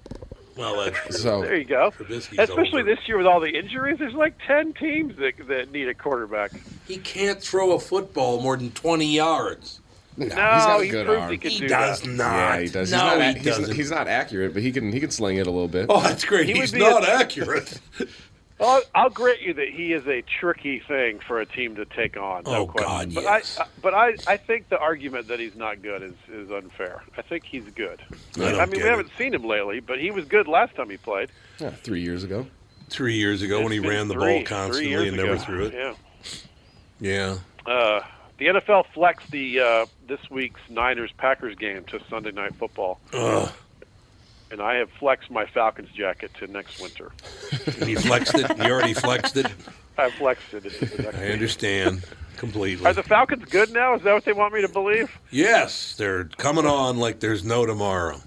Speaker 1: Well, that's true.
Speaker 8: So-
Speaker 7: There you go.
Speaker 1: Trubisky's
Speaker 7: Especially this year with all the injuries, there's like 10 teams that, that need a quarterback.
Speaker 1: He can't throw a football more than 20 yards.
Speaker 8: No,
Speaker 7: No, he's got a he good proved arm. he could do
Speaker 1: does
Speaker 7: that.
Speaker 1: not.
Speaker 8: Yeah, he does.
Speaker 1: No,
Speaker 8: he's not,
Speaker 1: he
Speaker 8: ac- he's,
Speaker 1: doesn't.
Speaker 8: he's not accurate, but he can he can sling it a little bit.
Speaker 1: Oh, that's great.
Speaker 7: He would
Speaker 1: he's
Speaker 7: be
Speaker 1: not
Speaker 7: a-
Speaker 1: accurate.
Speaker 7: Well, I'll grant you that he is a tricky thing for a team to take on. No
Speaker 1: Oh,
Speaker 7: question.
Speaker 1: God,
Speaker 7: but
Speaker 1: yes.
Speaker 7: I, I, but I, I think the argument that he's not good is, is unfair. I think he's good.
Speaker 1: I don't
Speaker 7: mean,
Speaker 1: get
Speaker 7: we haven't seen him lately, but he was good last time he played.
Speaker 8: Yeah, three years ago.
Speaker 1: Three years ago when he
Speaker 7: It's been
Speaker 1: ran the
Speaker 7: three-
Speaker 1: ball constantly
Speaker 7: three years
Speaker 1: and never
Speaker 7: ago.
Speaker 1: threw it.
Speaker 7: Yeah.
Speaker 1: Yeah.
Speaker 7: Uh, the NFL flexed the uh, this week's Niners Packers game to Sunday Night Football,
Speaker 1: Ugh.
Speaker 7: and I have flexed my Falcons jacket to next winter.
Speaker 1: He flexed it. He already flexed it.
Speaker 7: I flexed it. It's the next
Speaker 1: I
Speaker 7: winter.
Speaker 1: understand completely.
Speaker 7: Are the Falcons good now? Is that what they want me to believe?
Speaker 1: Yes, they're coming on like there's no tomorrow.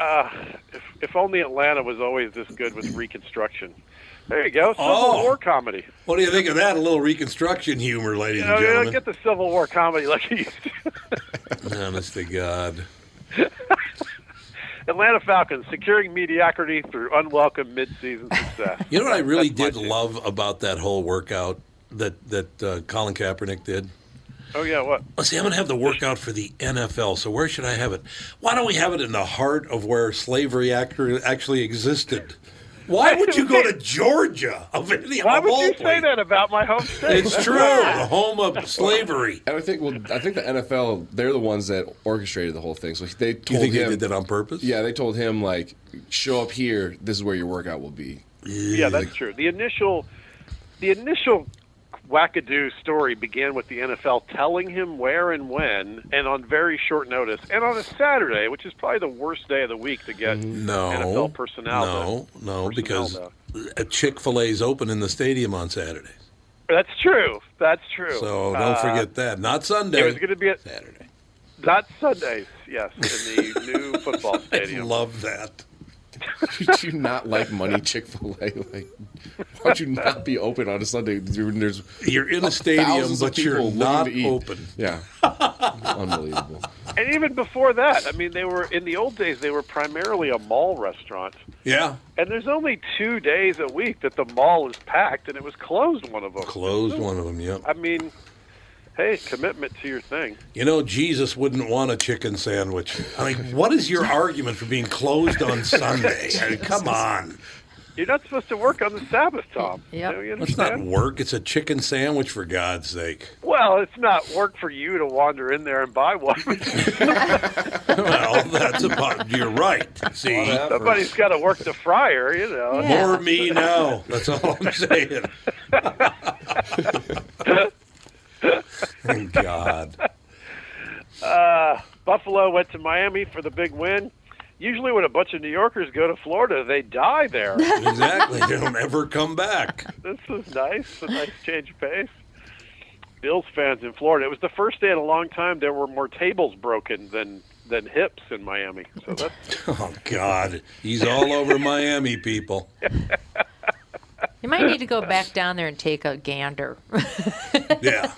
Speaker 7: Uh, if, if only Atlanta was always this good with reconstruction. There you go, Civil
Speaker 1: Oh.
Speaker 7: War comedy.
Speaker 1: What do you think of that? A little Reconstruction humor, ladies
Speaker 7: You know,
Speaker 1: and
Speaker 7: you don't
Speaker 1: gentlemen.
Speaker 7: Oh, get the Civil War comedy like you used to.
Speaker 1: Honest to God.
Speaker 7: Atlanta Falcons securing mediocrity through unwelcome midseason success.
Speaker 1: You know what I really did love about that whole workout that that uh, Colin Kaepernick did.
Speaker 7: Oh yeah, what?
Speaker 1: Oh, see, I'm going to have the workout for the NFL. So where should I have it? Why don't we have it in the heart of where slavery actu- actually existed? Why would you go to Georgia? Of any,
Speaker 7: Why
Speaker 1: of
Speaker 7: would
Speaker 1: all
Speaker 7: you say
Speaker 1: places?
Speaker 7: that about my home state?
Speaker 1: It's true. The home of slavery.
Speaker 8: And I think well, I think the NFL they're the ones that orchestrated the whole thing. So they told
Speaker 1: think they
Speaker 8: him
Speaker 1: did that on purpose.
Speaker 8: Yeah, they told him like, show up here. This is where your workout will be.
Speaker 7: Yeah, that's true. The initial, the initial wackadoo story began with the NFL telling him where and when, and on very short notice, and on a Saturday, which is probably the worst day of the week to get
Speaker 1: No,
Speaker 7: NFL personnel.
Speaker 1: No, no, because
Speaker 7: though.
Speaker 1: Chick Fil A's open in the stadium on Saturday.
Speaker 7: That's true. That's true.
Speaker 1: So don't
Speaker 7: Uh,
Speaker 1: forget that. Not Sunday.
Speaker 7: It was going to be a, Saturday. Not Sundays, yes, in the new football
Speaker 1: I
Speaker 7: stadium.
Speaker 1: love that.
Speaker 8: Did you not like money Chick Fil A? Like, why'd you not be open on a Sunday? When there's
Speaker 1: You're in a stadium,
Speaker 8: thousands of
Speaker 1: but you're
Speaker 8: people looking
Speaker 1: not
Speaker 8: to eat?
Speaker 1: open.
Speaker 8: Yeah, unbelievable.
Speaker 7: And even before that, I mean, they were in the old days. They were primarily a mall restaurant.
Speaker 1: Yeah.
Speaker 7: And there's only two days a week that the mall is packed, and it was closed one of them.
Speaker 1: Closed one of them, yep.
Speaker 7: I mean, hey, commitment to your thing.
Speaker 1: You know, Jesus wouldn't want a chicken sandwich. I mean, what is your argument for being closed on Sunday? I mean, come on.
Speaker 7: You're not supposed to work on the Sabbath, Tom. Yeah. You
Speaker 1: That's not
Speaker 7: understand?
Speaker 1: work. It's a chicken sandwich, for God's sake.
Speaker 7: well, it's not work for you to wander in there and buy one.
Speaker 1: Well, that's about, you're right. See,
Speaker 7: Somebody's got to work the fryer, you know.
Speaker 1: More me now. That's all I'm saying. Thank God.
Speaker 7: Uh, Buffalo went to Miami for the big win. Usually, when a bunch of New Yorkers go to Florida, they die there.
Speaker 1: Exactly. they don't ever come back.
Speaker 7: this is nice. A nice change of pace. Bills fans in Florida. It was the first day in a long time there were more tables broken than than hips in Miami. So that's
Speaker 1: Oh God, he's all over Miami people.
Speaker 3: You might need to go back down there and take a gander.
Speaker 1: Yeah.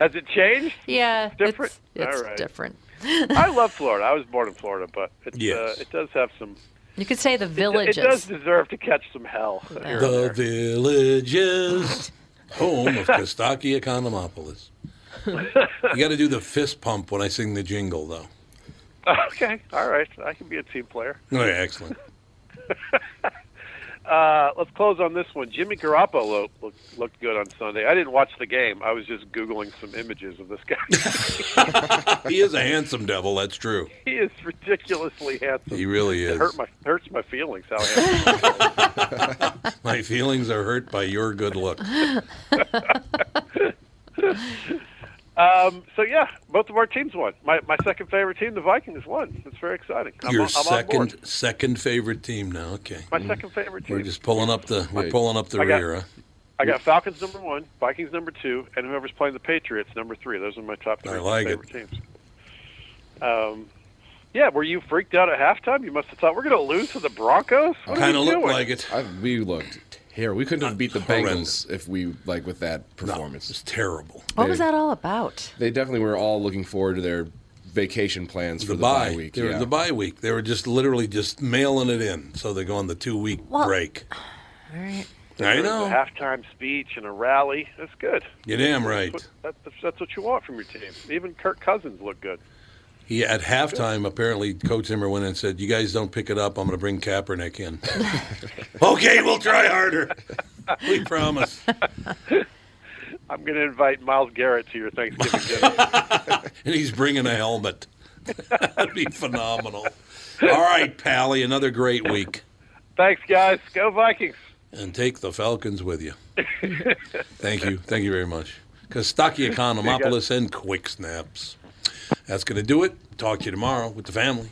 Speaker 7: Has it changed?
Speaker 3: Yeah,
Speaker 7: Different?
Speaker 3: it's, it's
Speaker 7: All right.
Speaker 3: different.
Speaker 7: I love Florida. I was born in Florida, but it's,
Speaker 1: Yes.
Speaker 7: uh, it does have some.
Speaker 3: You could say the
Speaker 7: it do-
Speaker 3: villages.
Speaker 7: It, does deserve to catch some hell. here and
Speaker 1: The villages, home of Kostaki Economopoulos. You got to do the fist pump when I sing the jingle, though.
Speaker 7: there. Okay, all right. I can be a team player.
Speaker 1: Oh, yeah, excellent.
Speaker 7: Uh, let's close on this one. Jimmy Garoppolo lo- looked, looked good on Sunday. I didn't watch the game. I was just googling some images of this guy.
Speaker 1: He is a handsome devil. That's true.
Speaker 7: he is ridiculously handsome.
Speaker 1: He really
Speaker 7: It
Speaker 1: is.
Speaker 7: hurt my hurts my feelings how handsome.
Speaker 1: My feelings are hurt by your good look.
Speaker 7: Um, so yeah, both of our teams won. My, my second favorite team, the Vikings, won. It's very exciting. I'm,
Speaker 1: your
Speaker 7: on- I'm on board.
Speaker 1: second second favorite team now. Okay.
Speaker 7: My second favorite team.
Speaker 1: We're just pulling up the we're
Speaker 7: Wait.
Speaker 1: pulling up the
Speaker 7: I got-
Speaker 1: rear. Huh?
Speaker 7: I got Falcons number one, Vikings number two, and whoever's playing the Patriots number three. Those are my top three
Speaker 1: I like it.
Speaker 7: favorite teams. Um, yeah, were you freaked out at halftime? You must have thought we're going to lose to the Broncos. What are
Speaker 8: Kinda
Speaker 7: we
Speaker 8: looked
Speaker 7: doing?"
Speaker 1: like it.
Speaker 8: I, we looked here. We couldn't have beat the Bengals if we like with that performance.
Speaker 1: it's terrible.
Speaker 3: What
Speaker 8: they,
Speaker 3: was that all about?
Speaker 8: They definitely were all looking forward to their vacation plans for the, bye week.
Speaker 1: They were-
Speaker 8: yeah.
Speaker 1: The bye week. They were just literally just mailing it in. So they go on the two week
Speaker 3: Well-
Speaker 1: break.
Speaker 3: All right.
Speaker 1: I
Speaker 7: There's a
Speaker 1: know.
Speaker 7: halftime speech and a rally. That's good.
Speaker 1: You're damn right.
Speaker 7: That's what, that's, that's what you want from your team. Even Kirk Cousins looked good.
Speaker 1: He at halftime apparently Coach Zimmer went in and said, "You guys don't pick it up. I'm going to bring Kaepernick in." okay, we'll try harder. We promise.
Speaker 7: I'm going to invite Miles Garrett to your Thanksgiving dinner.
Speaker 1: and he's bringing a helmet. That'd be phenomenal. All right, Pally, another great week,
Speaker 7: Thanks, guys. Go Vikings.
Speaker 1: and take the Falcons with you. Thank you, thank you very much. Kostaki Economopoulos and Quick Snaps. That's going to do it. Talk to you tomorrow with the family.